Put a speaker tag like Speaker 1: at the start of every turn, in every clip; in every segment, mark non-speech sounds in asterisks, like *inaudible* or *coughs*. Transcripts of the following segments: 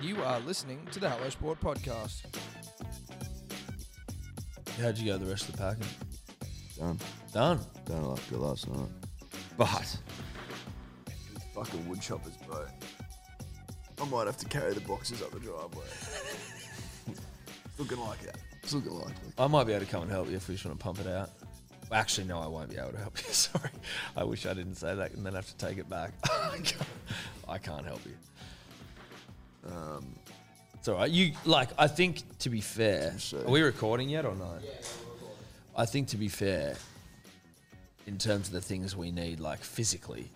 Speaker 1: You are listening to the Hello Sport Podcast.
Speaker 2: How'd you go the rest of the packing?
Speaker 3: Done.
Speaker 2: Done.
Speaker 3: Done like good last night.
Speaker 2: But
Speaker 3: It was fucking wood choppers, bro. I might have to carry the boxes up the driveway. *laughs* it's looking like it. It's looking like it.
Speaker 2: I might be able to come and help you if we just want to pump it out. Actually, no, I won't be able to help you. *laughs* Sorry. I wish I didn't say that and then have to take it back. *laughs* I can't- I can't help you.
Speaker 3: Um,
Speaker 2: It's all right. You like? I think to be fair,
Speaker 3: Sure.
Speaker 2: are we recording yet or not? I think to be fair, in terms of the things we need, like physically,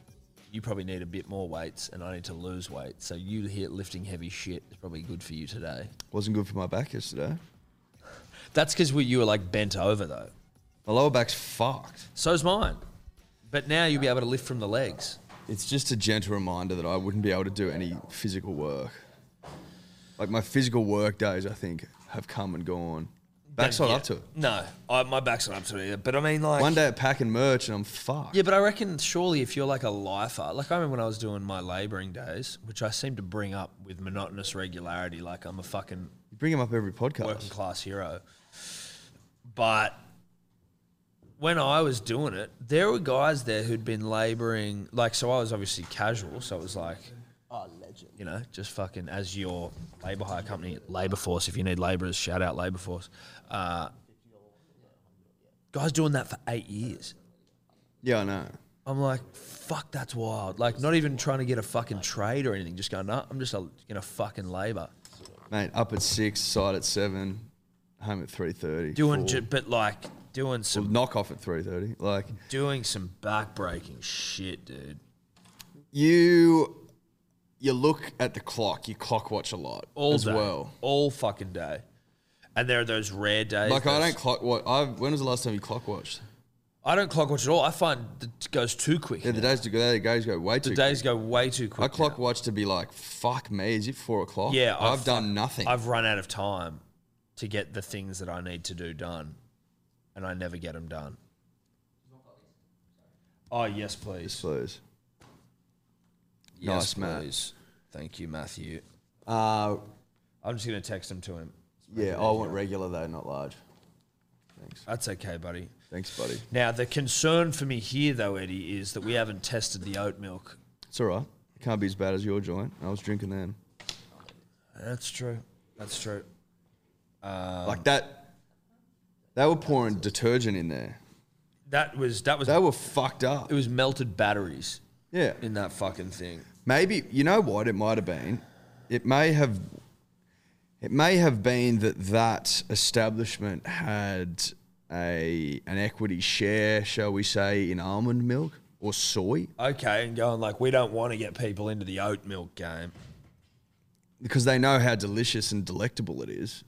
Speaker 2: you probably need a bit more weights, and I need to lose weight. So you hit lifting heavy shit is probably good for you today.
Speaker 3: wasn't good for my back yesterday.
Speaker 2: That's because we you were like bent over though.
Speaker 3: My lower back's fucked.
Speaker 2: So's mine. But now you'll be able to lift from the legs.
Speaker 3: It's just a gentle reminder that I wouldn't be able to do any physical work. Like my physical work days, I think, have come and gone. Back's not
Speaker 2: Yeah.
Speaker 3: up to it.
Speaker 2: No, I, my back's not up to it either. But I mean, like
Speaker 3: One day at pack and merch, and I'm fucked.
Speaker 2: Yeah, but I reckon surely if you're like a lifer, like I remember when I was doing my labouring days, which I seem to bring up with monotonous regularity, like I'm a fucking
Speaker 3: You bring him up every podcast.
Speaker 2: working class hero. But when I was doing it, there were guys there who'd been labouring, like so I was obviously casual, so it was like you know, just fucking as your labour hire company, labour force. If you need labourers, shout out labour force. Uh, guys doing that for eight years.
Speaker 3: Yeah, I know.
Speaker 2: I'm like, fuck, that's wild. Like, not even trying to get a fucking trade or anything. Just going, nah, I'm just a, gonna fucking labour.
Speaker 3: Mate, up at six, side at seven, home at three thirty.
Speaker 2: Doing, ju- but like, doing some,
Speaker 3: knock off at three thirty. Like
Speaker 2: doing some backbreaking shit, dude.
Speaker 3: you, you look at the clock. You clock watch a lot
Speaker 2: All
Speaker 3: as
Speaker 2: day,
Speaker 3: well.
Speaker 2: all fucking day. And there are those rare days.
Speaker 3: Like I
Speaker 2: those-
Speaker 3: don't clock. What? I when was the last time you clock watched?
Speaker 2: I don't clock watch at all. I find it goes too quick.
Speaker 3: Yeah, the days to go. The days go way too.
Speaker 2: the days go way too quick.
Speaker 3: I clock
Speaker 2: now.
Speaker 3: watch to be like, fuck me. Is it four o'clock?
Speaker 2: Yeah,
Speaker 3: I've,
Speaker 2: I've-
Speaker 3: done nothing.
Speaker 2: I've run out of time to get the things that I need to do done, and I never get them done. Oh yes, please.
Speaker 3: Yes, please.
Speaker 2: Yes,
Speaker 3: Nice, Matt.
Speaker 2: please. Thank you, Matthew.
Speaker 3: Uh,
Speaker 2: I'm just going to text him to him.
Speaker 3: yeah, I want regular though, not large. Thanks,
Speaker 2: That's okay, buddy.
Speaker 3: thanks, buddy.
Speaker 2: Now, the concern for me here, though, Eddie, is that we haven't tested the oat milk.
Speaker 3: It's all right. It can't be as bad as your joint. I was drinking them.
Speaker 2: That's true. That's true.
Speaker 3: like that. They were pouring detergent in there.
Speaker 2: That was that was
Speaker 3: They were fucked up.
Speaker 2: it was melted batteries
Speaker 3: Yeah.
Speaker 2: in that fucking thing.
Speaker 3: Maybe you know what it might have been. It may have. It may have been that that establishment had a an equity share, shall we say, in almond milk or soy,
Speaker 2: Okay, and going like we don't want to get people into the oat milk game.
Speaker 3: because they know how delicious and delectable it is,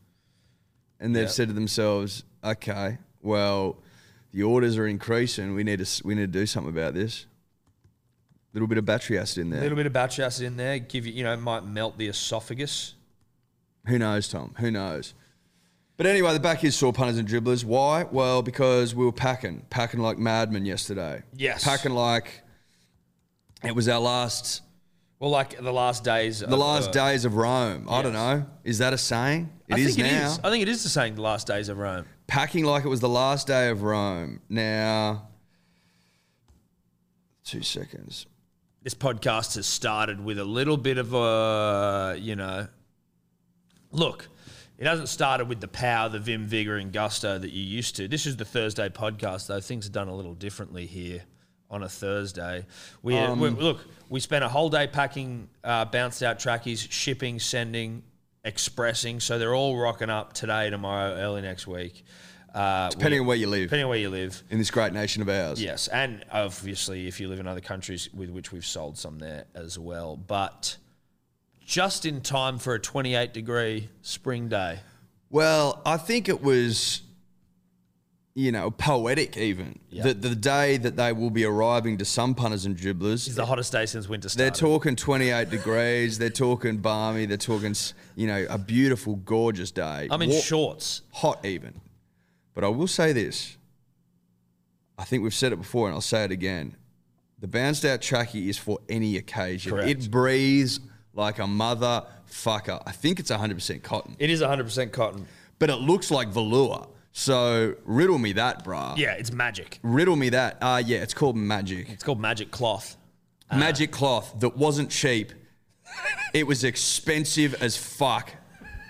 Speaker 3: and they've
Speaker 2: Yeah.
Speaker 3: said to themselves, "Okay, well, the orders are increasing. We need to s- we need to do something about this." Little bit of battery acid in there.
Speaker 2: A little bit of battery acid in there, give you you know, might melt the esophagus.
Speaker 3: Who knows, Tom? Who knows? But anyway, the back is sore punters and dribblers. Why? Well, because we were packing, packing like madmen yesterday.
Speaker 2: Yes.
Speaker 3: Packing like it was our last,
Speaker 2: Well, like the last days.
Speaker 3: the last days of Rome. I don't know. Is that a saying? It
Speaker 2: I
Speaker 3: is
Speaker 2: think it
Speaker 3: now.
Speaker 2: is. I think it is the saying, the last days of Rome.
Speaker 3: Packing like it was the last day of Rome. Now, two seconds.
Speaker 2: this podcast has started with a little bit of a, you know, look, it hasn't started with the power, the vim, vigor, and gusto that you used to. This is the Thursday podcast, though. Things are done a little differently here on a Thursday. We, we look, we spent a whole day packing, uh, bounced out trackies, shipping, sending, expressing. So they're all rocking up today, tomorrow, early next week. Uh,
Speaker 3: Depending
Speaker 2: we-
Speaker 3: on where you live
Speaker 2: depending on where you live.
Speaker 3: in this great nation of ours.
Speaker 2: Yes, and obviously, if you live in other countries with which we've sold some there as well, but just in time for a 28 degree spring day.
Speaker 3: Well, I think it was, you know, poetic even. That the day that they will be arriving to some punters and dribblers,
Speaker 2: It's the hottest day since winter
Speaker 3: they're
Speaker 2: started.
Speaker 3: talking 28 degrees, they're talking balmy, they're talking, s- you know, a beautiful, gorgeous day.
Speaker 2: I'm in
Speaker 3: Wa-
Speaker 2: shorts.
Speaker 3: Hot even. But I will say this. I think we've said it before and I'll say it again. The bounced out trackie is for any occasion.
Speaker 2: Correct.
Speaker 3: It breathes like a motherfucker. I think it's 100% cotton,
Speaker 2: It is 100% cotton.
Speaker 3: but it looks like velour. So riddle me that, brah.
Speaker 2: Yeah, it's magic.
Speaker 3: Riddle me that. Uh, yeah, it's called magic.
Speaker 2: It's called magic cloth. Uh.
Speaker 3: magic cloth that wasn't cheap. it was expensive as fuck.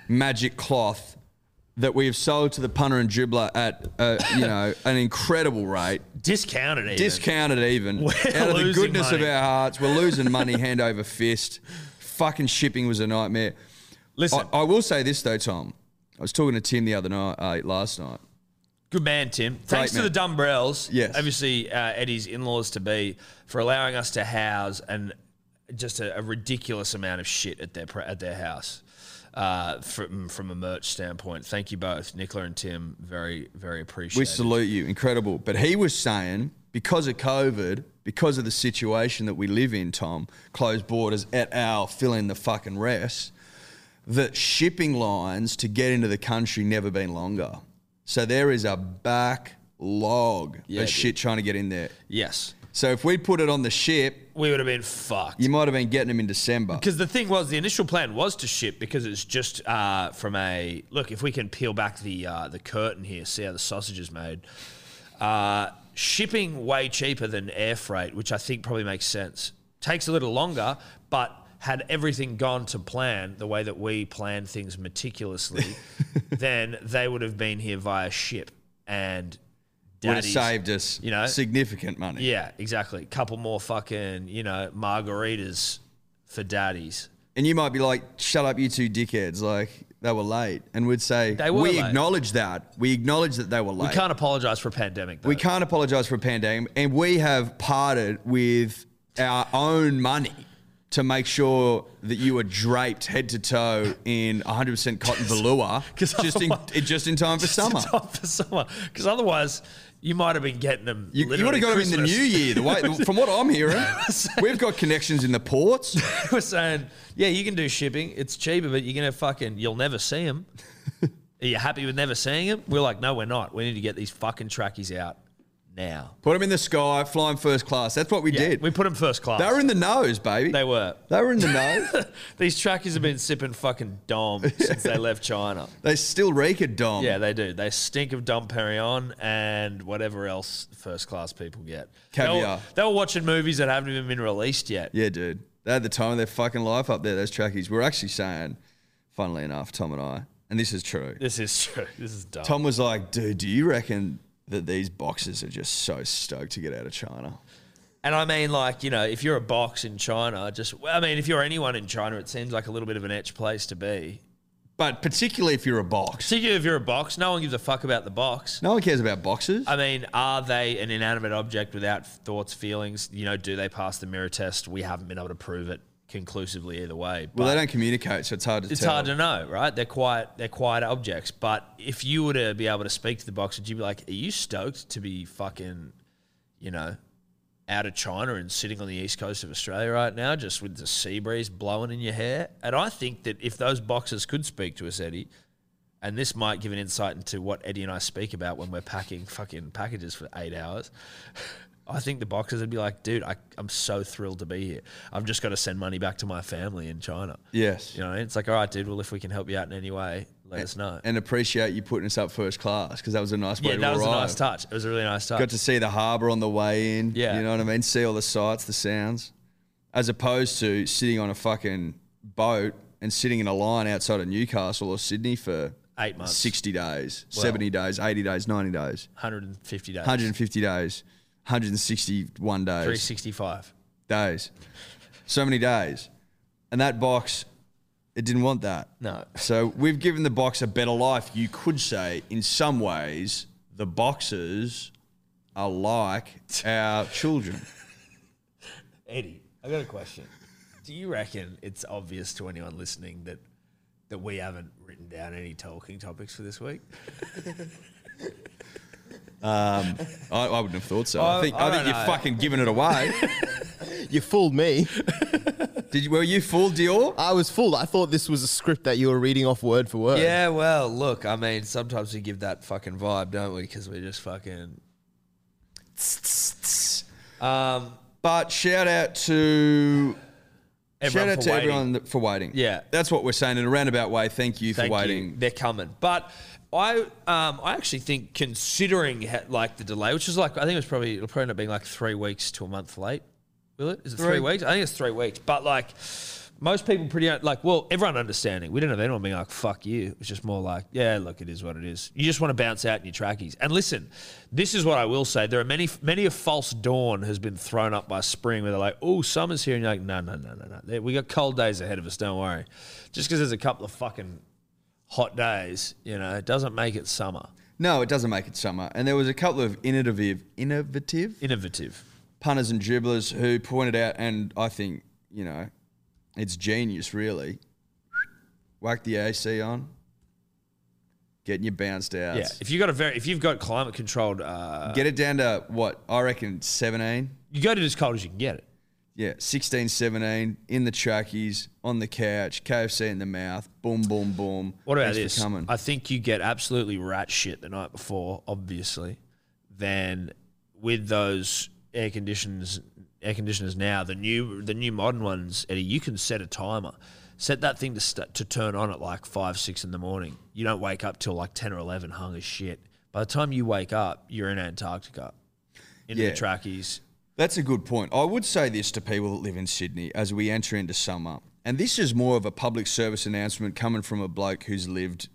Speaker 3: Magic cloth that we have sold to the punter and dribbler at uh,
Speaker 2: *laughs*
Speaker 3: you know an incredible rate,
Speaker 2: Discounted even.
Speaker 3: discounted even.
Speaker 2: We're
Speaker 3: Out of the
Speaker 2: losing
Speaker 3: goodness
Speaker 2: money.
Speaker 3: of our hearts, we're losing money hand over fist. Fucking shipping was a nightmare.
Speaker 2: Listen,
Speaker 3: I, I will say this though, Tom. I was talking to Tim the other night, uh, last night.
Speaker 2: Good man, Tim. Thanks to
Speaker 3: man.
Speaker 2: the Dumbrells,
Speaker 3: Yes.
Speaker 2: obviously uh, Eddie's in-laws to be, for allowing us to house and just a, a ridiculous amount of shit at their pr- at their house. Uh, from from a merch standpoint, thank you both, Nicola and Tim. Very very
Speaker 3: We
Speaker 2: appreciated.
Speaker 3: salute you, incredible. But he was saying because of COVID, because of the situation that we live in, Tom, closed borders at our fill in the fucking rest, that shipping lines to get into the country never been longer. So there is a backlog
Speaker 2: Yeah,
Speaker 3: of
Speaker 2: dude.
Speaker 3: shit trying to get in there.
Speaker 2: yes,
Speaker 3: So if we put it on the ship,
Speaker 2: we would have been fucked.
Speaker 3: you might have been getting them in December.
Speaker 2: Because the thing was, the initial plan was to ship because it's just uh, from a look. If we can peel back the uh, the curtain here, see how the sausage is made. Uh, shipping way cheaper than air freight, which I think probably makes sense. Takes a little longer, but had everything gone to plan the way that we planned things
Speaker 3: *laughs*
Speaker 2: meticulously, then they would have been here via ship and.
Speaker 3: Would have
Speaker 2: daddy's-
Speaker 3: saved us
Speaker 2: you know?
Speaker 3: significant money.
Speaker 2: Yeah, exactly. Couple more fucking, you know, margaritas for daddies.
Speaker 3: And you might be like, shut up, you two dickheads. Like, they were late. And we'd say,
Speaker 2: They were
Speaker 3: we
Speaker 2: late.
Speaker 3: acknowledge that. We acknowledge that they were late.
Speaker 2: We can't apologize for a pandemic. Though. *laughs*
Speaker 3: We can't apologize for a pandemic, and we have parted with our own money to make sure that you are draped head to toe in
Speaker 2: *laughs*
Speaker 3: 100% cotton velour,
Speaker 2: 'cause
Speaker 3: just in,
Speaker 2: otherwise-
Speaker 3: just in time for summer.
Speaker 2: for summer, because otherwise you might have been getting them.
Speaker 3: You, you would
Speaker 2: literally
Speaker 3: have got them in the
Speaker 2: Christmas. *laughs*
Speaker 3: new year. The way, from what I'm hearing, we've got connections in the ports.
Speaker 2: We're saying, yeah, you can do shipping. It's cheaper, but you're gonna fucking you'll never see
Speaker 3: *laughs*
Speaker 2: them. Are you happy with never seeing them? We're like, no, we're not. We need to get these fucking trackies out now.
Speaker 3: Put them in the sky, flying first class. That's what we
Speaker 2: Yeah,
Speaker 3: did.
Speaker 2: we put them first class.
Speaker 3: they were in the nose, baby.
Speaker 2: They
Speaker 3: They,
Speaker 2: were.
Speaker 3: were in the
Speaker 2: *laughs*
Speaker 3: nose.
Speaker 2: These trackies have been sipping fucking
Speaker 3: *laughs*
Speaker 2: dom since they left China.
Speaker 3: they still reek of Dom.
Speaker 2: Yeah, they do. They stink of Dom Perignon and whatever else first class people get. They were,
Speaker 3: Caviar.
Speaker 2: they were watching movies that haven't even been released yet.
Speaker 3: Yeah, dude. They had the time of their fucking life up there, those trackies. We're actually saying, funnily enough, Tom and I, and this is true.
Speaker 2: This is *laughs* true. This is dumb.
Speaker 3: Tom was like, dude, do you reckon that these boxes are just so stoked to get out of China?
Speaker 2: And I mean, like, you know, if you're a box in China, just, well, I mean, if you're anyone in China, it seems like a little bit of an etch place to be.
Speaker 3: But particularly if you're a box.
Speaker 2: Particularly if you're a box, no one gives a fuck about the box.
Speaker 3: No one cares about boxes.
Speaker 2: I mean, are they an inanimate object without thoughts, feelings? You know, do they pass the mirror test? We haven't been able to prove it conclusively either way.
Speaker 3: well, they don't communicate, so it's hard to
Speaker 2: It's
Speaker 3: tell.
Speaker 2: hard to know, right? They're quiet. They're quiet objects. But if you were to be able to speak to the box, would you be like, "Are you stoked to be fucking, you know, out of China and sitting on the east coast of Australia right now, just with the sea breeze blowing in your hair?" And I think that if those boxes could speak to us, Eddie, and this might give an insight into what Eddie and I speak about when we're packing fucking packages for eight hours. *laughs* I think the boxes would be like, dude, I, I'm so thrilled to be here. I've just got to send money back to my family in China.
Speaker 3: Yes.
Speaker 2: You know, it's like, all right, dude. Well, if we can help you out in any way, let us know.
Speaker 3: And appreciate you putting us up first class because that was a nice way
Speaker 2: Yeah,
Speaker 3: to
Speaker 2: that was a
Speaker 3: arrive.
Speaker 2: nice touch. It was a really nice touch.
Speaker 3: Got to see the harbour on the way in.
Speaker 2: Yeah.
Speaker 3: You know what I mean? See all the sights, the sounds. As opposed to sitting on a fucking boat and sitting in a line outside of Newcastle or Sydney for
Speaker 2: Eight months,
Speaker 3: 60 days,
Speaker 2: Well-
Speaker 3: 70 days, 80 days, 90 days,
Speaker 2: 150 days,
Speaker 3: 150 days, 161 days,
Speaker 2: 365.
Speaker 3: days. So many days. And that box, it didn't want that.
Speaker 2: No,
Speaker 3: So we've given the box a better life. You could say, in some ways, the boxes are like our
Speaker 2: *laughs*
Speaker 3: children.
Speaker 2: Eddie, I got a question. Do you reckon it's obvious to anyone listening that that we haven't written down any talking topics for this week?
Speaker 3: I, I wouldn't have thought so. I,
Speaker 2: I-
Speaker 3: think
Speaker 2: I
Speaker 3: I, think
Speaker 2: don't
Speaker 3: you're
Speaker 2: know.
Speaker 3: fucking giving it away. *laughs*
Speaker 4: You fooled me.
Speaker 3: Did you, were you fooled, Dior?
Speaker 4: I was fooled. I thought this was a script that you were reading off word for word.
Speaker 2: Yeah, well, look, I mean, sometimes we give that fucking vibe, don't we? Because we're just fucking. Um,
Speaker 3: But shout out to
Speaker 2: Everyone
Speaker 3: Shout out
Speaker 2: for
Speaker 3: to
Speaker 2: waiting.
Speaker 3: everyone that- for waiting.
Speaker 2: Yeah.
Speaker 3: That's what we're saying in a roundabout way. Thank you
Speaker 2: Thank
Speaker 3: for
Speaker 2: you.
Speaker 3: waiting.
Speaker 2: They're coming, but I um, I actually think considering ha- like the delay, which is like I think it was probably it'll probably end up being like three weeks to a month late. Will it? Is it three,
Speaker 3: Three.
Speaker 2: weeks? I think it's three weeks. But like most people, pretty like well, everyone understanding. We didn't have anyone being like "fuck you." It's just more like, yeah, look, it is what it is. You just want to bounce out in your trackies. And listen, this is what I will say: there are many many a false dawn has been thrown up by spring where they're like, oh, summer's here, and you're like, no, no, no, no, no. There- We got cold days ahead of us. Don't worry. Just because there's a couple of fucking hot days, you know, it doesn't make it summer.
Speaker 3: No, it doesn't make it summer. And there was a couple of innovative, innovative
Speaker 2: Innovative.
Speaker 3: punters and dribblers who pointed out, and I think you know, it's genius, really. Whack the AC on, getting you bounced out.
Speaker 2: Yeah. If you got a very, if you've got climate controlled, uh,
Speaker 3: Get it down to what I reckon, seventeen.
Speaker 2: you go to as cold as you can get it.
Speaker 3: Yeah, 16, 17, in the trackies, on the couch, KFC in the mouth, boom, boom, boom.
Speaker 2: What about
Speaker 3: Thanks
Speaker 2: this?
Speaker 3: For coming.
Speaker 2: I think you get absolutely rat shit the night before, obviously, than with those air conditioners. Air conditioners now, the new the new modern ones, Eddie. You can set a timer, set that thing to st- to turn on at like five six in the morning. You don't wake up till like ten or eleven, hung as shit. By the time you wake up, you're in Antarctica, in
Speaker 3: Yeah.
Speaker 2: the trackies.
Speaker 3: That's a good point. I would say this to people that live in Sydney as we enter into summer. And this is more of a public service announcement coming from a bloke who's lived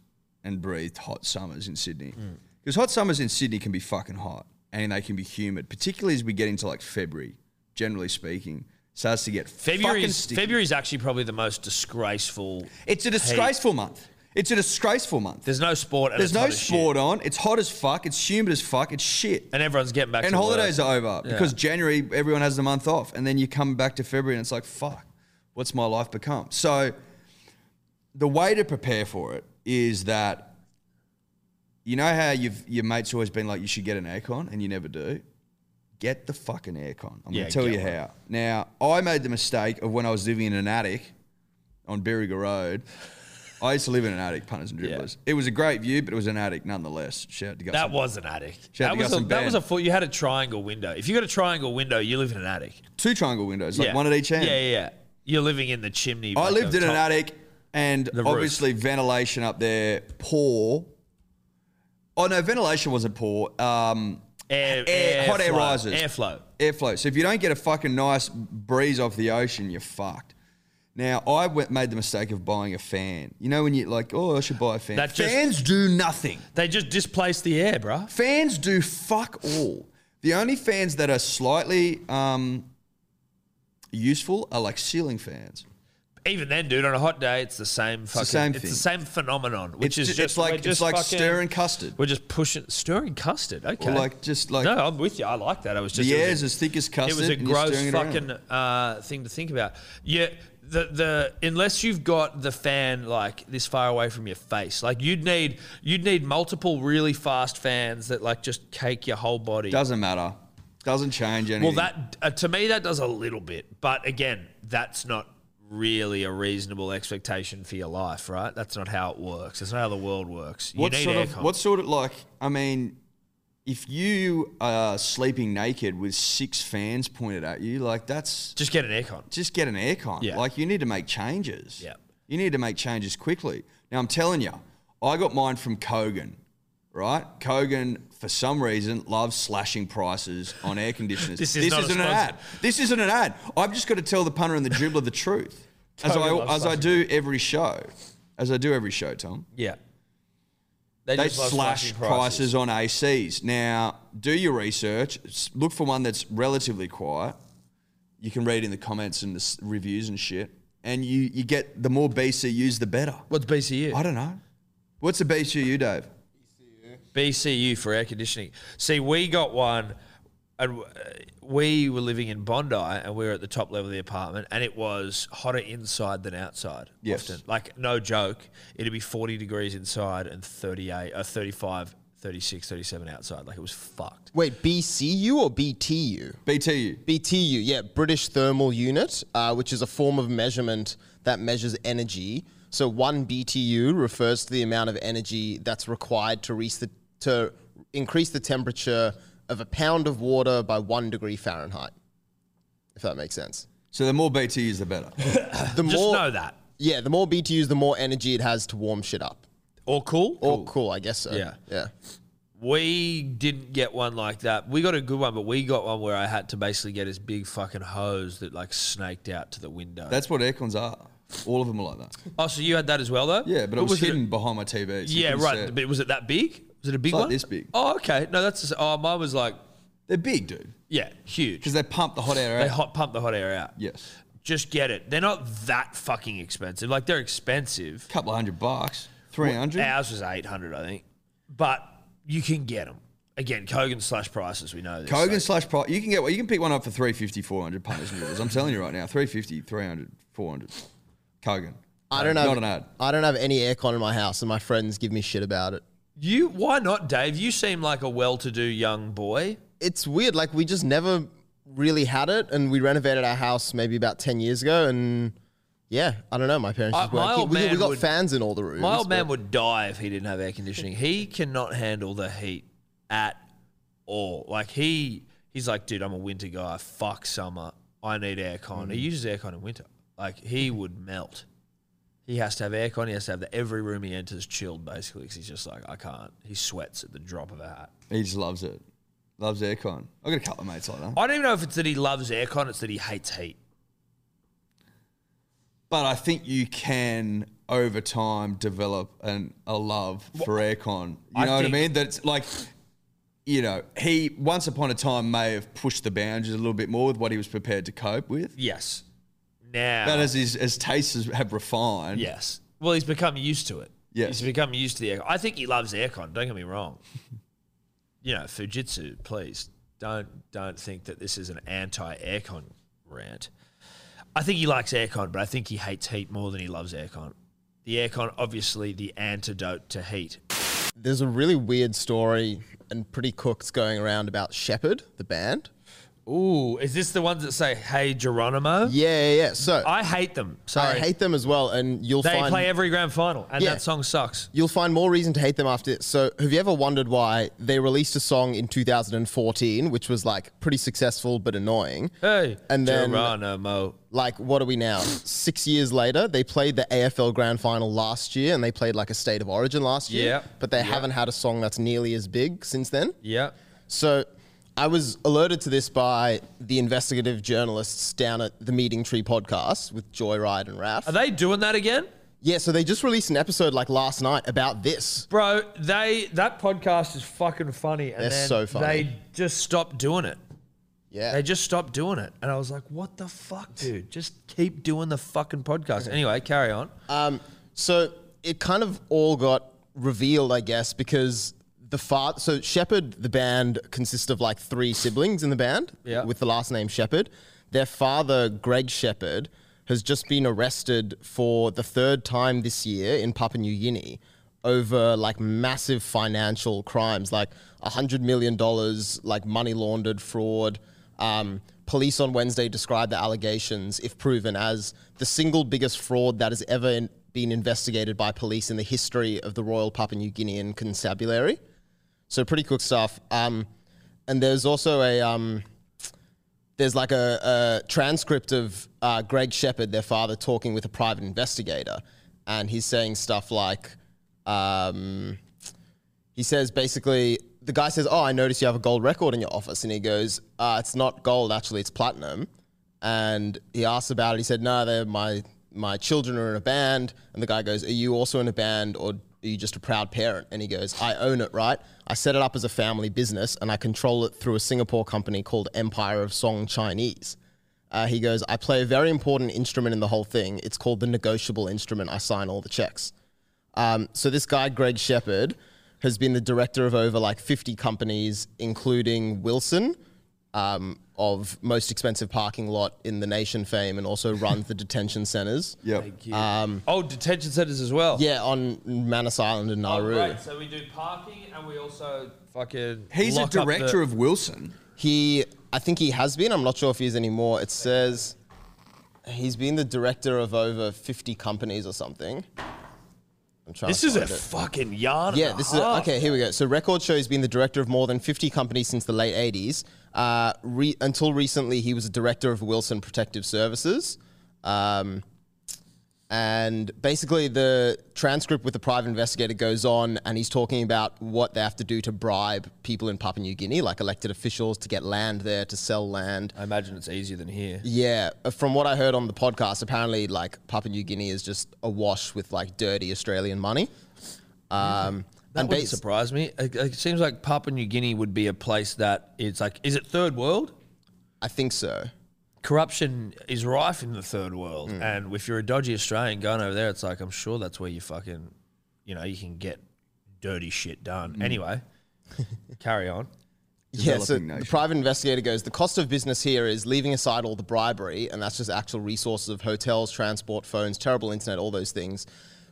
Speaker 3: and breathed hot summers in Sydney.
Speaker 2: Mm.
Speaker 3: Because hot summers in Sydney can be fucking hot and they can be humid, particularly as we get into like February, generally speaking. Starts to get
Speaker 2: February
Speaker 3: fucking
Speaker 2: is,
Speaker 3: sticky.
Speaker 2: February is actually probably the most disgraceful.
Speaker 3: It's a disgraceful month. It's a disgraceful month.
Speaker 2: There's no sport. And
Speaker 3: There's
Speaker 2: it's
Speaker 3: no
Speaker 2: hot as shit.
Speaker 3: sport on. It's hot as fuck. It's humid as fuck. It's shit.
Speaker 2: and everyone's getting back.
Speaker 3: and
Speaker 2: to
Speaker 3: holidays
Speaker 2: work.
Speaker 3: are over because January everyone has the month off, and then you come back to February and it's like fuck, what's my life become? So the way to prepare for it is that you know how you've your mates always been like you should get an aircon and you never do. Get the fucking aircon. I'm
Speaker 2: Yeah,
Speaker 3: gonna tell
Speaker 2: get
Speaker 3: you
Speaker 2: one.
Speaker 3: how. Now I made the mistake of when I was living in an attic on Berriga Road. I used to live in an attic, punters and
Speaker 2: Yeah.
Speaker 3: dribblers. It was a great view, but it was an attic nonetheless. Shout out to Gus.
Speaker 2: That
Speaker 3: and-
Speaker 2: was an attic.
Speaker 3: Shout
Speaker 2: That
Speaker 3: out to
Speaker 2: was,
Speaker 3: Gus
Speaker 2: a,
Speaker 3: and
Speaker 2: that
Speaker 3: Ben.
Speaker 2: was a full. You had a triangle window. If you got a triangle window, you live in an attic.
Speaker 3: two triangle windows, like
Speaker 2: yeah.
Speaker 3: one at each end.
Speaker 2: Yeah, yeah. yeah. You're living in the chimney.
Speaker 3: I
Speaker 2: like
Speaker 3: lived
Speaker 2: the
Speaker 3: in an
Speaker 2: top-
Speaker 3: attic, and
Speaker 2: roof.
Speaker 3: obviously ventilation up there poor. Oh no, ventilation wasn't poor. Um,
Speaker 2: Air,
Speaker 3: Air- hot air
Speaker 2: flow,
Speaker 3: rises.
Speaker 2: Airflow.
Speaker 3: airflow. So if you don't get a fucking nice breeze off the ocean, you're fucked. Now I went, made the mistake of buying a fan. You know when you like, oh, I should buy a fan.
Speaker 2: That just-
Speaker 3: Fans do nothing.
Speaker 2: They just displace the air, bruh.
Speaker 3: Fans do fuck all. The only fans that are slightly um, useful are like ceiling fans.
Speaker 2: Even then, dude, on a hot day, it's the same fucking. It's the same,
Speaker 3: same thing.
Speaker 2: phenomenon, which
Speaker 3: It's
Speaker 2: is
Speaker 3: ju-
Speaker 2: just,
Speaker 3: it's like-
Speaker 2: we're
Speaker 3: it's
Speaker 2: just
Speaker 3: like
Speaker 2: fucking-
Speaker 3: stirring custard.
Speaker 2: We're just pushing stirring custard. Okay,
Speaker 3: like, just like-
Speaker 2: no, I'm with you. I like that. I was just
Speaker 3: the
Speaker 2: it was
Speaker 3: air's
Speaker 2: a-
Speaker 3: as thick as custard.
Speaker 2: It was a
Speaker 3: and you're
Speaker 2: gross
Speaker 3: stirring it around.
Speaker 2: fucking uh, thing to think about. Yeah, the the unless you've got the fan like this far away from your face, like you'd need you'd need multiple really fast fans that like just cake your whole body.
Speaker 3: Doesn't matter. Doesn't change anything.
Speaker 2: well, that uh, to me that does a little bit, but again, that's not really a reasonable expectation for your life, right? That's not how it works. That's not how the world works. You
Speaker 3: what
Speaker 2: need
Speaker 3: sort of
Speaker 2: aircon.
Speaker 3: what sort of like? I mean, if you are sleeping naked with six fans pointed at you, like that's
Speaker 2: just get an aircon.
Speaker 3: just get an aircon.
Speaker 2: Yeah.
Speaker 3: Like you need to make changes.
Speaker 2: Yeah.
Speaker 3: You need to make changes quickly. Now I'm telling you, I got mine from Kogan, right? Kogan, for some reason, loves slashing prices on air
Speaker 2: *laughs*
Speaker 3: conditioners.
Speaker 2: This is not a
Speaker 3: not an
Speaker 2: sponsor.
Speaker 3: ad. This isn't an ad. I've just got to tell the punter and the dribbler the truth, as
Speaker 2: Kogan
Speaker 3: I
Speaker 2: loves
Speaker 3: as I
Speaker 2: slashing
Speaker 3: do every show, as I do every show, Tom.
Speaker 2: Yeah.
Speaker 3: They
Speaker 2: just love
Speaker 3: slash
Speaker 2: slashing
Speaker 3: prices on ACs. Now, do your research. S- Look for one that's relatively quiet. You can read in the comments and the s- reviews and shit. And you, you get the more BCUs, the better.
Speaker 2: What's BCU?
Speaker 3: I don't know. What's a BCU, Dave?
Speaker 2: BCU for air conditioning. See, we got one, and uh, we were living in Bondi, and we were at the top level of the apartment, and it was hotter inside than outside.
Speaker 3: Yes.
Speaker 2: Often. Like, no joke, it'd be 40 degrees inside and 38, uh, 35, 36, 37 outside. Like, it was fucked.
Speaker 4: Wait, BCU or BTU?
Speaker 3: BTU.
Speaker 4: BTU, yeah, British Thermal Unit, uh, which is a form of measurement that measures energy. So one BTU refers to the amount of energy that's required to reach the to increase
Speaker 2: *sighs*
Speaker 4: the temperature of a pound of water by one degree Fahrenheit. If that makes sense.
Speaker 3: So the more BTUs,
Speaker 2: *laughs*
Speaker 3: the better.
Speaker 4: The
Speaker 2: Just
Speaker 4: more,
Speaker 2: know that.
Speaker 4: yeah, the more BTUs, the more energy it has to warm shit up.
Speaker 2: Or cool.
Speaker 4: Or cool, I guess so.
Speaker 2: Yeah.
Speaker 4: yeah.
Speaker 2: We didn't get one like that. We got a good one, but we got one where I had to basically get this big fucking hose that like snaked out to the window.
Speaker 3: That's what aircons are. All of them are like that.
Speaker 2: oh, so you had that as well though?
Speaker 3: Yeah, but it was,
Speaker 2: it a-
Speaker 3: hidden behind my TV. so you
Speaker 2: yeah,
Speaker 3: couldn't see
Speaker 2: right.
Speaker 3: it.
Speaker 2: But was it that big? Was it a big
Speaker 3: like
Speaker 2: one?
Speaker 3: this big.
Speaker 2: Oh, okay. No, that's just, oh, mine was like
Speaker 3: They're big, dude,
Speaker 2: yeah, huge.
Speaker 3: because they pump the hot air
Speaker 2: They
Speaker 3: out.
Speaker 2: hot pump the hot air out.
Speaker 3: yes,
Speaker 2: Just get it. They're not that fucking expensive. Like they're expensive.
Speaker 3: a couple of hundred bucks, three hundred.
Speaker 2: Ours was eight hundred, I think. But you can get them again. Kogan slash prices. We know this.
Speaker 3: Kogan slash price. You can get. You can pick one up for 350, 400 punters and dribblers. I'm telling you right now, 350, 300, 400. Kogan.
Speaker 4: I don't
Speaker 3: Not
Speaker 4: have
Speaker 3: an ad.
Speaker 4: I don't have any aircon in my house, and my friends give me shit about it.
Speaker 2: You why not, Dave? You seem like a well-to-do young boy.
Speaker 4: It's weird. Like we just never really had it, and we renovated our house maybe about ten years ago, and yeah, I don't know. My parents
Speaker 2: Uh,
Speaker 4: just
Speaker 2: my
Speaker 4: weren't.
Speaker 2: old
Speaker 4: we, we
Speaker 2: man
Speaker 4: got
Speaker 2: would-
Speaker 4: fans in all the rooms.
Speaker 2: My old man
Speaker 4: but-
Speaker 2: would die if he didn't have air conditioning. He cannot handle the heat at all. Like he he's like, dude, I'm a winter guy. Fuck summer. I need aircon. He uses aircon in winter. Like he would melt. He has to have aircon. He has to have the every room he enters chilled basically because he's just like, I can't. He sweats at the drop of a hat.
Speaker 3: He just loves it. Loves aircon. I've got a couple of mates like that.
Speaker 2: I don't even know if it's that he loves aircon. It's that he hates heat.
Speaker 3: But I think you can over time develop an a love for aircon. You
Speaker 2: I
Speaker 3: know what I
Speaker 2: think-
Speaker 3: mean? That's like you know, he once upon a time may have pushed the boundaries a little bit more with what he was prepared to cope with.
Speaker 2: Yes. Now
Speaker 3: But as his as tastes has- have refined,
Speaker 2: Yes. Well, he's become used to it.
Speaker 3: Yes.
Speaker 2: He's become used to the aircon. I think he loves aircon. Don't get me wrong. *laughs* you know, Fujitsu, please don't don't think that this is an anti-aircon rant. I think he likes aircon, but I think he hates heat more than he loves aircon. The aircon, obviously, the antidote to heat.
Speaker 4: There's a really weird story and pretty cooked going around about Shepherd, the band.
Speaker 2: Ooh, is this the ones that say "Hey Geronimo"?
Speaker 4: Yeah, yeah. yeah. So I,
Speaker 2: I hate them. Sorry,
Speaker 4: hate them as well, and you'll
Speaker 2: they
Speaker 4: find
Speaker 2: play every grand final, and
Speaker 4: Yeah.
Speaker 2: that song sucks.
Speaker 4: You'll find more reason to hate them after this. So, have you ever wondered why they released a song in 2014, which was like pretty successful but annoying?
Speaker 2: Hey,
Speaker 4: And then-
Speaker 2: Geronimo.
Speaker 4: Like, what are we now? Six years later, they played the AFL Grand Final last year and they played like a State of Origin last year.
Speaker 2: Yeah.
Speaker 4: But they haven't had a song that's nearly as big since then.
Speaker 2: Yeah.
Speaker 4: So, I was alerted to this by the investigative journalists down at the Meeting Tree podcast with Joyride and Raph.
Speaker 2: Are they doing that again?
Speaker 4: yeah, so they just released an episode like last night about this.
Speaker 2: Bro, they that podcast is fucking funny, and
Speaker 4: They're
Speaker 2: then
Speaker 4: so funny.
Speaker 2: they just stopped doing it.
Speaker 4: Yeah.
Speaker 2: They just stopped doing it, and I was like, "What the fuck, dude? Just keep doing the fucking podcast." Anyway, carry on.
Speaker 4: Um, so it kind of all got revealed, I guess, because the father. So Shepherd, the band, consists of like three siblings in the band,
Speaker 2: Yeah.
Speaker 4: with the last name Shepherd. Their father, Greg Shepherd, has just been arrested for the third time this year in Papua New Guinea over like massive financial crimes, like hundred million dollars, like money laundered, fraud. Um, police on Wednesday described the allegations, if proven, as the single biggest fraud that has ever in- been investigated by police in the history of the Royal Papua New Guinean Constabulary. So pretty cool stuff. Um, and there's also a um, there's like a, a transcript of uh, Greg Shepherd, their father, talking with a private investigator, and he's saying stuff like, um, he says basically the guy says, "Oh, I noticed you have a gold record in your office," and he goes, uh, "It's not gold, actually, it's platinum." And he asks about it. He said, "No, they're my my children are in a band." And the guy goes, "Are you also in a band, or are you just a proud parent?" And he goes, "I own it, right? I set it up as a family business, and I control it through a Singapore company called Empire of Song Chinese." Uh, he goes, I play a very important instrument in the whole thing. It's called the negotiable instrument. I sign all the checks. Um, so this guy, Greg Shepherd, has been the director of over like 50 companies, including Wilson um, of most expensive parking lot in the nation fame and also runs the detention
Speaker 2: *laughs*
Speaker 4: centers.
Speaker 3: Yep.
Speaker 2: oh, detention centers as well.
Speaker 4: Yeah, Oh, on Manus Island and
Speaker 2: Oh,
Speaker 4: Nauru.
Speaker 2: So we do parking, and we also fucking.
Speaker 3: He's a director of Wilson.
Speaker 4: He, I think he has been. I'm not sure if he is anymore. It says he's been the director of over 50 companies or something. I'm trying
Speaker 2: This
Speaker 4: to
Speaker 2: is a
Speaker 4: find it.
Speaker 2: fucking yarn.
Speaker 4: Yeah,
Speaker 2: and a
Speaker 4: this is a,
Speaker 2: half.
Speaker 4: okay. Here we go. So, Record Show has been the director of more than 50 companies since the late 80s. Uh, re- until recently, he was a director of Wilson Protective Services. Um, and basically, the transcript with the private investigator goes on, and he's talking about what they have to do to bribe people in Papua New Guinea, like elected officials, to get land there, to sell land.
Speaker 2: I imagine it's easier than here.
Speaker 4: Yeah, uh, from what I heard on the podcast, apparently, like Papua New Guinea is just awash with like dirty Australian money. Um,
Speaker 2: That wouldn't
Speaker 4: bas-
Speaker 2: surprise me. It, it seems like Papua New Guinea would be a place that it's like, is it third world?
Speaker 4: I think so.
Speaker 2: Corruption is rife in the third world,
Speaker 3: Hmm.
Speaker 2: and if you're a dodgy Australian going over there, it's like I'm sure that's where you fucking, you know, you can get dirty shit
Speaker 3: Hmm.
Speaker 2: done.
Speaker 3: *laughs*
Speaker 2: Anyway, carry on.
Speaker 4: Yeah, so
Speaker 3: Developing
Speaker 4: the
Speaker 3: nation.
Speaker 4: private investigator goes, the cost of business here is leaving aside all the bribery, and that's just actual resources of hotels, transport, phones, terrible internet, all those things.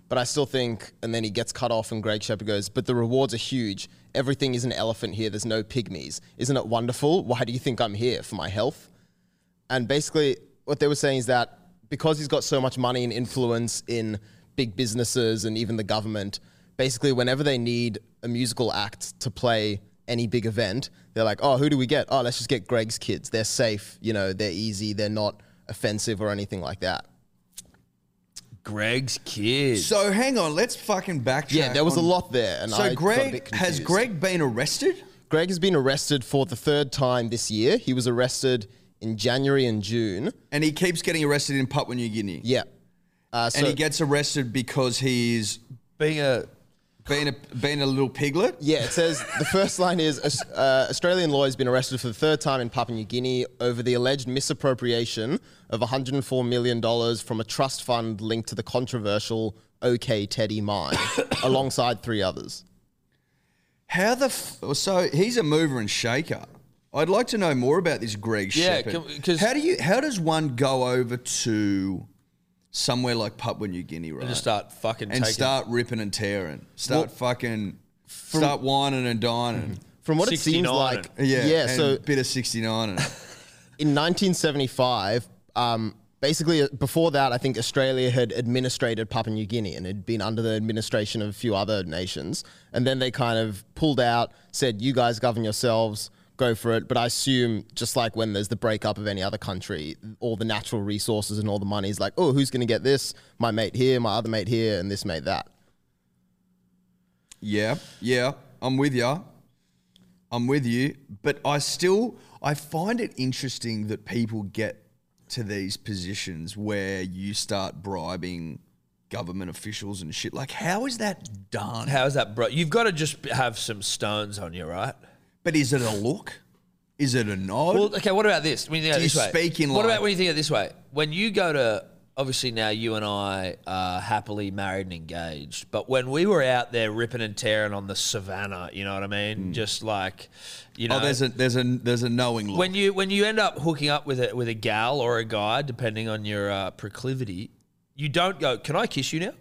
Speaker 4: But I still think, and then he gets cut off, and Greg Shepard goes, but the rewards are huge. Everything is an elephant here. There's no pygmies. Isn't it wonderful? Why do you think I'm here? For my health? And basically, what they were saying is that because he's got so much money and influence in big businesses and even the government, basically, whenever they need a musical act to play any big event, they're like, oh, who do we get? Oh, let's just get Greg's kids. They're safe, you know, they're easy, they're not offensive or anything like that.
Speaker 2: Greg's kids.
Speaker 3: So hang on, let's fucking backtrack.
Speaker 4: Yeah, there was a
Speaker 3: on-
Speaker 4: lot there. And I
Speaker 3: So
Speaker 4: got a
Speaker 3: Greg
Speaker 4: bit
Speaker 3: has
Speaker 4: confused.
Speaker 3: Greg been arrested?
Speaker 4: Greg has been arrested for the third time this year. He was arrested in January and June.
Speaker 3: And he keeps getting arrested in Papua New Guinea.
Speaker 4: Yeah. Uh,
Speaker 3: And
Speaker 4: so,
Speaker 3: he gets arrested because he's
Speaker 2: being a
Speaker 3: been a been a little piglet.
Speaker 4: Yeah, it says the first line is "Aus- uh, Australian lawyer has been arrested for the third time in Papua New Guinea over the alleged misappropriation of $104 million from a trust fund linked to the controversial OK Teddy mine, *coughs* alongside three others.
Speaker 3: How the f- oh, so he's a mover and shaker. I'd like to know more about this Greg
Speaker 2: Yeah,
Speaker 3: Shepherd.
Speaker 2: can- 'cause-
Speaker 3: how do you how does one go over to somewhere like Papua New Guinea, right?
Speaker 2: just start fucking
Speaker 3: and
Speaker 2: taking
Speaker 3: start ripping and tearing. Start fucking start whining and dining.
Speaker 4: From what it seems
Speaker 2: 69.
Speaker 4: like,
Speaker 3: Yeah,
Speaker 4: Mm-hmm. yeah
Speaker 3: and
Speaker 4: so
Speaker 3: bit of sixty nine.
Speaker 4: in 1975, um, basically uh, before that, I think Australia had administrated Papua New Guinea and had been under the administration of a few other nations. And then they kind of pulled out, said, "You guys govern yourselves, go for it." But I assume, just like when there's the breakup of any other country, all the natural resources and all the money is like, "Oh, who's going to get this? My mate here, my other mate here, and this mate that."
Speaker 3: Yeah, yeah, I'm with you. I'm with you, but I still I find it interesting that people get to these positions where you start bribing government officials and shit. Like, how is that done?
Speaker 2: How's that, bro? You've got to just have some stones on you, right?
Speaker 3: but is it a look? Is it a nod?
Speaker 2: Well, okay. What about this? When you think
Speaker 3: Do
Speaker 2: about
Speaker 3: you
Speaker 2: it this
Speaker 3: speak
Speaker 2: way,
Speaker 3: in
Speaker 2: what
Speaker 3: like-
Speaker 2: about when you think of it this way? When you go to obviously now you and I are happily married and engaged, but when we were out there ripping and tearing on the savannah, you know what I mean? Just like, you know,
Speaker 3: Hmm. oh, there's a there's a there's a knowing look.
Speaker 2: when you when you end up hooking up with a with a gal or a guy, depending on your uh, proclivity, you don't go. Can I kiss you now?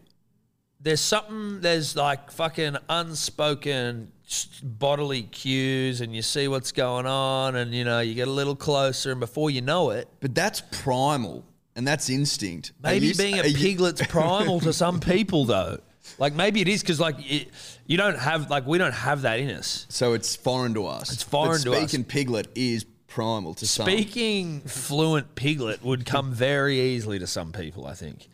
Speaker 2: There's something. There's like fucking unspoken s- bodily cues, and you see what's going on, and you know you get a little closer, and before you know it,
Speaker 3: but that's primal and that's instinct. Are
Speaker 2: maybe
Speaker 3: you s-
Speaker 2: being a
Speaker 3: are you- *laughs*
Speaker 2: piglet's primal to some people though. Like maybe it is because like it, you don't have like we don't have that in us.
Speaker 3: so it's foreign to us. It's
Speaker 2: foreign to
Speaker 3: speaking
Speaker 2: us.
Speaker 3: Speaking piglet is primal to some.
Speaker 2: Speaking fluent piglet would come very easily to some people, I think.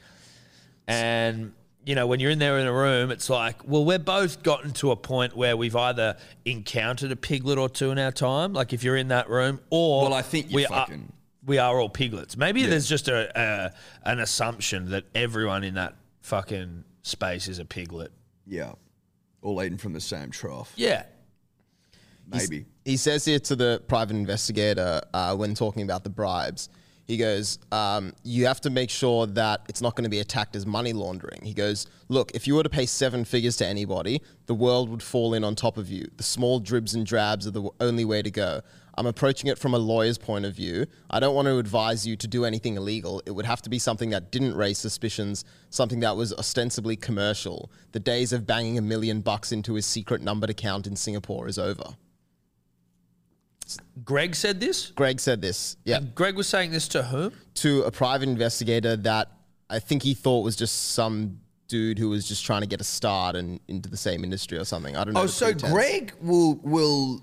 Speaker 2: And you know, when you're in there in a room, it's like, well, we're both gotten to a point where we've either encountered a piglet or two in our time. Like if you're in that room, or
Speaker 3: Well, I think you
Speaker 2: we
Speaker 3: fucking-
Speaker 2: are we are all piglets. Maybe there's just a, a an assumption that everyone in that fucking space is a piglet.
Speaker 3: Yeah. All eaten from the same trough.
Speaker 2: Yeah,
Speaker 3: Maybe.
Speaker 4: He says here to the private investigator uh, when talking about the bribes, he goes, um, You have to make sure that it's not going to be attacked as money laundering. He goes, Look, if you were to pay seven figures to anybody, the world would fall in on top of you. The small dribs and drabs are the w- only way to go. I'm approaching it from a lawyer's point of view. I don't want to advise you to do anything illegal. It would have to be something that didn't raise suspicions, something that was ostensibly commercial. The days of banging a million bucks into his secret numbered account in Singapore is over.
Speaker 2: Greg said this.
Speaker 4: Greg said this. Yeah.
Speaker 3: Mm-hmm.
Speaker 2: Greg was saying this to whom?
Speaker 4: To a private investigator that I think he thought was just some dude who was just trying to get a start and into the same industry or something. I don't know.
Speaker 3: Oh,
Speaker 4: the
Speaker 3: so
Speaker 4: pretense.
Speaker 3: Greg will will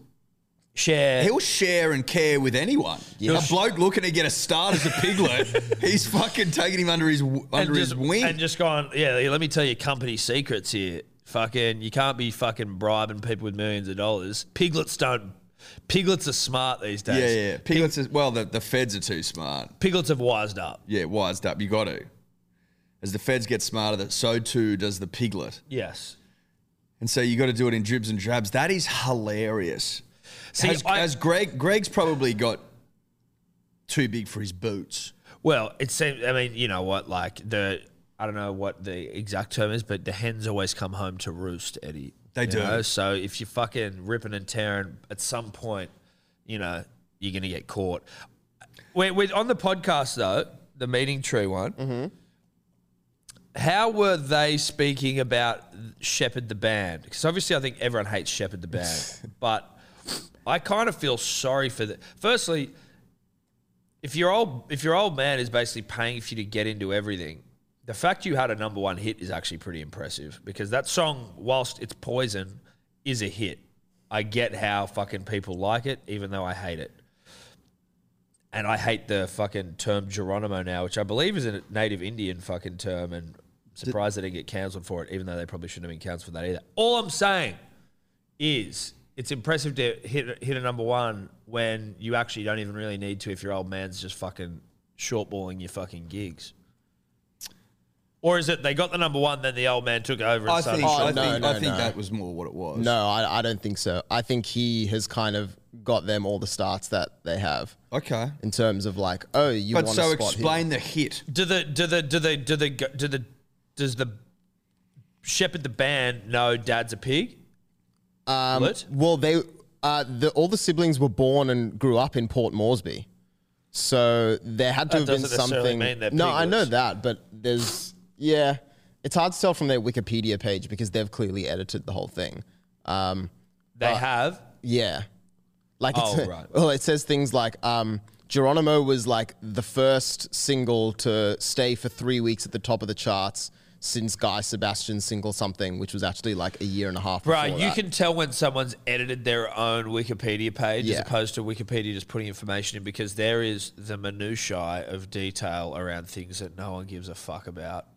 Speaker 2: Share.
Speaker 3: he'll share and care with anyone.
Speaker 4: Yeah.
Speaker 3: A bloke looking to get a start as a piglet, he's fucking taking him under his w- under his
Speaker 2: just,
Speaker 3: wing.
Speaker 2: and just gone, yeah, let me tell you company secrets here. Fucking, you can't be fucking bribing people with millions of dollars. Piglets don't, piglets are smart these
Speaker 3: yeah,
Speaker 2: days.
Speaker 3: yeah, yeah. Piglets. Is, well, the, the feds are too smart.
Speaker 2: Piglets have wised up.
Speaker 3: Yeah, wised up. You got to. As the feds get smarter, that so too does the piglet.
Speaker 2: Yes.
Speaker 3: And so you got to do it in dribs and drabs. That is hilarious.
Speaker 2: See,
Speaker 3: has,
Speaker 2: I-
Speaker 3: has Greg? Greg's probably got too big for his boots.
Speaker 2: Well, it seems. I mean, you know what? Like the, I don't know what the exact term is, but the hens always come home to roost, Eddie.
Speaker 3: They
Speaker 2: You
Speaker 3: do.
Speaker 2: know? So if you're fucking ripping and tearing, at some point, you know you're gonna get caught. We're, we're on the podcast though, the meeting tree one.
Speaker 3: Mm-hmm.
Speaker 2: How were they speaking about Shepherd the band? Because obviously, I think everyone hates Shepherd the band,
Speaker 3: *laughs*
Speaker 2: but I kind of feel sorry for the. Firstly, if your old if your old man is basically paying for you to get into everything, the fact you had a number one hit is actually pretty impressive because that song, whilst it's poison, is a hit. I get how fucking people like it, even though I hate it. And I hate the fucking term Geronimo now, which I believe is a native Indian fucking term, and surprised they didn't get cancelled for it, even though they probably shouldn't have been cancelled for that either. All I'm saying is it's impressive to hit hit a number one when you actually don't even really need to if your old man's just fucking shortballing your fucking gigs. Or is it they got the number one, then the old man took over? And
Speaker 3: I
Speaker 2: started
Speaker 3: think.
Speaker 4: Oh,
Speaker 3: I
Speaker 4: no,
Speaker 3: think,
Speaker 4: no,
Speaker 3: I think
Speaker 4: no.
Speaker 3: that was more what it was.
Speaker 4: No, I, I don't think so. I think he has kind of got them all the starts that they have
Speaker 3: Okay.
Speaker 4: in terms of like, oh, you
Speaker 3: But
Speaker 4: want to
Speaker 3: so
Speaker 4: spot
Speaker 3: explain the hit.
Speaker 2: Do the do the do the do the do the does the shepherd the band know dad's a pig? Um,
Speaker 4: him. Well, they uh, the, all the siblings were born and grew up in Port Moresby, so there had
Speaker 2: That
Speaker 4: to have been
Speaker 2: doesn't necessarily
Speaker 4: something.
Speaker 2: mean they're
Speaker 4: no, I know
Speaker 2: piglets.
Speaker 4: that, but there's yeah, it's hard to tell from their Wikipedia page because they've clearly edited the whole thing. Um,
Speaker 2: they have.
Speaker 4: Yeah. Like it's, *laughs*
Speaker 2: Oh, right.
Speaker 4: well, it says things like um, Geronimo was like the first single to stay for three weeks at the top of the charts since Guy Sebastian's single something, which was actually like a year and a half.
Speaker 2: Bro,
Speaker 4: before
Speaker 2: you
Speaker 4: that.
Speaker 2: can tell when someone's edited their own Wikipedia page
Speaker 4: Yeah.
Speaker 2: as opposed to Wikipedia just putting information in because there is the minutiae of detail around things that no one gives a fuck about.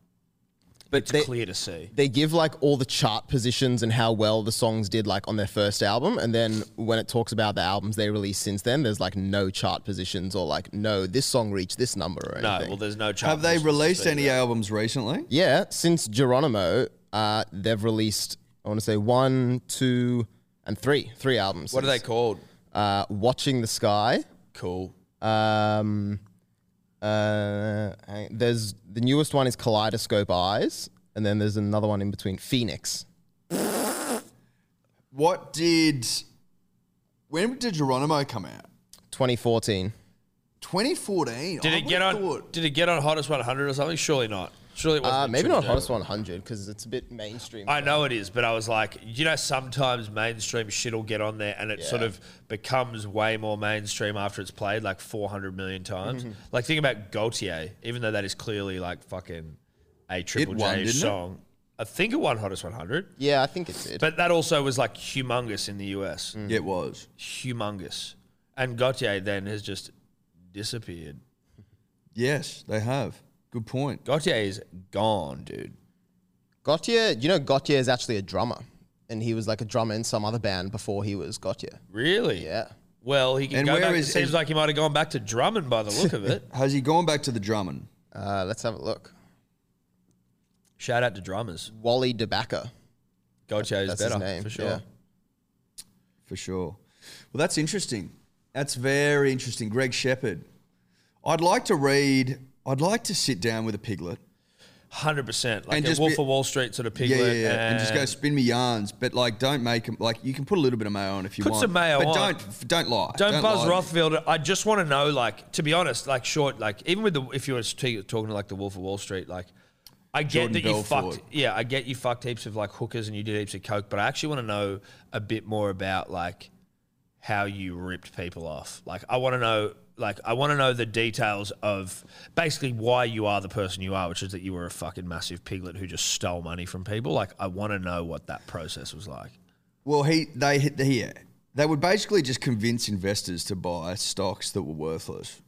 Speaker 2: But it's
Speaker 4: they-
Speaker 2: clear to see.
Speaker 4: They give like all the chart positions and how well the songs did like on their first album, and then when it talks about the albums they released since then, there's like no chart positions or like no this song reached this number or
Speaker 2: No,
Speaker 4: anything.
Speaker 2: well, there's no chance.
Speaker 3: Have they released any albums recently?
Speaker 4: Yeah, since Geronimo, uh, they've released I want to say one, two, and three, three albums.
Speaker 2: What are they
Speaker 4: since.
Speaker 2: called?
Speaker 4: Uh, Watching the Sky.
Speaker 2: Cool.
Speaker 4: Um, uh, hang- there's the newest one is Kaleidoscope Eyes, and then there's another one in between, Phoenix.
Speaker 3: What did? When did Geronimo come out?
Speaker 4: 2014.
Speaker 3: 2014.
Speaker 2: Did
Speaker 3: I
Speaker 2: it get
Speaker 3: would've
Speaker 2: on?
Speaker 3: thought-
Speaker 2: Did it get on hottest 100 or something? Surely not. Surely it wasn't.
Speaker 4: Uh,
Speaker 2: in
Speaker 4: maybe not
Speaker 2: Triple
Speaker 4: Hottest 100 because it's a bit mainstream.
Speaker 2: I know it is, but I was like, you know, sometimes mainstream shit will get on there and it sort
Speaker 4: Yeah.
Speaker 2: of becomes way more mainstream after it's played like 400 million times.
Speaker 3: Mm-hmm.
Speaker 2: Like, think about Gaultier, even though that is clearly like fucking a Triple
Speaker 3: won,
Speaker 2: J
Speaker 3: didn't it?
Speaker 2: song. I think it won Hottest 100,
Speaker 4: yeah, I think it's it.
Speaker 2: but that also was like humongous in the US.
Speaker 3: It was.
Speaker 2: Humongous. And Gaultier then has just disappeared.
Speaker 3: Yes, they have. Good point.
Speaker 2: Gaultier is gone, dude.
Speaker 4: Gautier, you know, Gautier is actually a drummer, and he was like a drummer in some other band before he was Gautier.
Speaker 2: Really?
Speaker 4: Yeah.
Speaker 2: Well, he can
Speaker 3: And
Speaker 2: go
Speaker 3: where
Speaker 2: back.
Speaker 3: is-
Speaker 2: it seems
Speaker 3: is-
Speaker 2: like he might have gone back to drumming by the look of
Speaker 3: *laughs*
Speaker 2: it.
Speaker 3: Has he gone back to the drumming?
Speaker 4: Uh, let's have a look.
Speaker 2: Shout out to drummers.
Speaker 4: Wally DeBacker.
Speaker 2: Gautier is
Speaker 4: That's
Speaker 2: better
Speaker 4: his name.
Speaker 2: for sure.
Speaker 4: yeah.
Speaker 3: For sure. Well, that's interesting. That's very interesting. Greg Shepherd. I'd like to read, I'd like to sit down with a piglet.
Speaker 2: Hundred percent, like
Speaker 3: And
Speaker 2: a
Speaker 3: just
Speaker 2: Wolf
Speaker 3: be-
Speaker 2: of Wall Street sort of
Speaker 3: Yeah,
Speaker 2: piglet,
Speaker 3: yeah, yeah. And just go
Speaker 2: and-
Speaker 3: spin me yarns, but like don't make them, like you can put a little bit of mayo on if you
Speaker 2: Put
Speaker 3: want.
Speaker 2: some mayo
Speaker 3: but
Speaker 2: on.
Speaker 3: don't, don't lie.
Speaker 2: Don't, buzz
Speaker 3: lie to me.
Speaker 2: Rothfield. I just want to know, like, to be honest, like, short, like, even with the, if you were t- talking to like the Wolf of Wall Street, like, I get
Speaker 3: Jordan
Speaker 2: that you
Speaker 3: Belfort.
Speaker 2: fucked, yeah, I get you fucked heaps of like hookers and you did heaps of coke, but I actually want to know a bit more about like how you ripped people off. Like, I want to know like I want to know the details of basically why you are the person you are, which is that you were a fucking massive piglet who just stole money from people. Like I want to know what that process was like.
Speaker 3: Well, he they hit here. They would basically just convince investors to buy stocks that were worthless.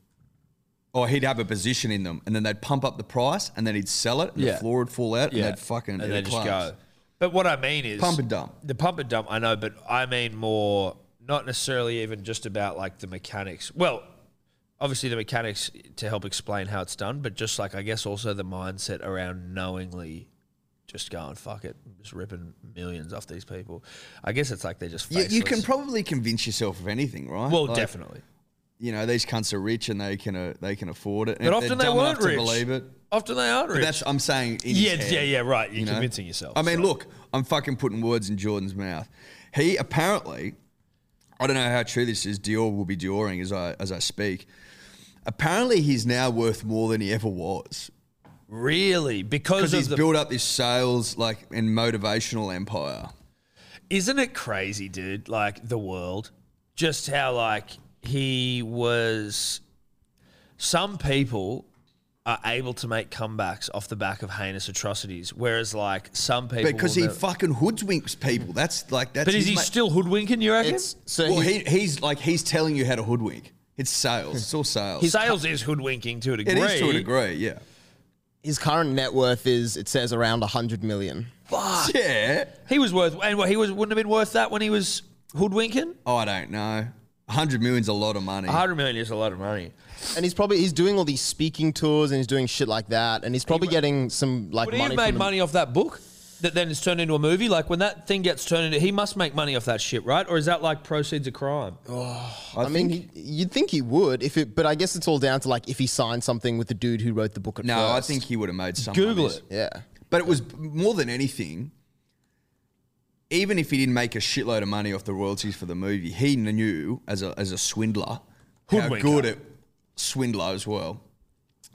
Speaker 3: Or he'd have a position in them, and then they'd pump up the price, and then he'd sell it, and
Speaker 2: Yeah.
Speaker 3: the floor would fall out,
Speaker 2: Yeah.
Speaker 3: and they'd fucking
Speaker 2: and
Speaker 3: it'd
Speaker 2: then just
Speaker 3: collapse.
Speaker 2: go. But what I mean is
Speaker 3: Pump and dump.
Speaker 2: The pump and dump, I know, but I mean more not necessarily even just about like the mechanics. Well, obviously the mechanics to help explain how it's done, but just like I guess also the mindset around knowingly just going fuck it, just ripping millions off these people. I guess it's like they're just
Speaker 3: You,
Speaker 2: faceless.
Speaker 3: you can probably convince yourself of anything, right?
Speaker 2: well
Speaker 3: Like,
Speaker 2: definitely,
Speaker 3: You know these cunts are rich and they can uh, they can afford it. And
Speaker 2: but
Speaker 3: if they're
Speaker 2: often they
Speaker 3: dumb enough
Speaker 2: weren't
Speaker 3: to
Speaker 2: rich.
Speaker 3: Believe it.
Speaker 2: Often they aren't
Speaker 3: But
Speaker 2: rich.
Speaker 3: that's I'm saying. In his
Speaker 2: yeah,
Speaker 3: head.
Speaker 2: yeah, yeah. Right, you're
Speaker 3: you know?
Speaker 2: convincing yourself.
Speaker 3: I mean,
Speaker 2: so.
Speaker 3: look, I'm fucking putting words in Jordan's mouth. He apparently, I don't know how true this is. Dior will be Dioring as I as I speak. Apparently, he's now worth more than he ever was
Speaker 2: really, because
Speaker 3: because
Speaker 2: of
Speaker 3: he's
Speaker 2: the
Speaker 3: built up this sales like and motivational empire.
Speaker 2: Isn't it crazy, dude? Like the world, just how like he was. Some people are able to make comebacks off the back of heinous atrocities, whereas like some people
Speaker 3: Because
Speaker 2: will
Speaker 3: he
Speaker 2: never-
Speaker 3: fucking hoodwinks people. That's like that's.
Speaker 2: but is
Speaker 3: his
Speaker 2: he
Speaker 3: ma-
Speaker 2: still hoodwinking? You reckon?
Speaker 4: It's so
Speaker 3: Well,
Speaker 4: he-
Speaker 3: he, he's like he's telling you how to hoodwink. It's sales. It's all sales.
Speaker 2: His sales is hoodwinking to a degree.
Speaker 3: it is to a degree. Yeah.
Speaker 4: his current net worth is it says around 100 million.
Speaker 2: Fuck.
Speaker 3: Yeah.
Speaker 2: He was worth, and what he was wouldn't have been worth that when he was hoodwinking.
Speaker 3: Oh, I don't know. 100 million's a lot of money.
Speaker 2: hundred million is a lot of money.
Speaker 4: And he's probably he's doing all these speaking tours and he's doing shit like that and he's probably getting some like
Speaker 2: Would he have
Speaker 4: money
Speaker 2: made
Speaker 4: from the-
Speaker 2: money off that book that then is turned into a movie? Like when that thing gets turned into, he must make money off that shit, right? Or is that like proceeds of crime?
Speaker 4: I, mean, he- you'd think he would if it, but I guess it's all down to like if he signed something with the dude who wrote the book. At
Speaker 3: No, I
Speaker 4: first.
Speaker 3: think he would have made some.
Speaker 2: Google
Speaker 3: monies.
Speaker 2: it.
Speaker 4: yeah,
Speaker 3: But it was more than anything. Even if he didn't make a shitload of money off the royalties for the movie, he knew as a as a swindler how
Speaker 2: Hoodwinker.
Speaker 3: good it swindler as well,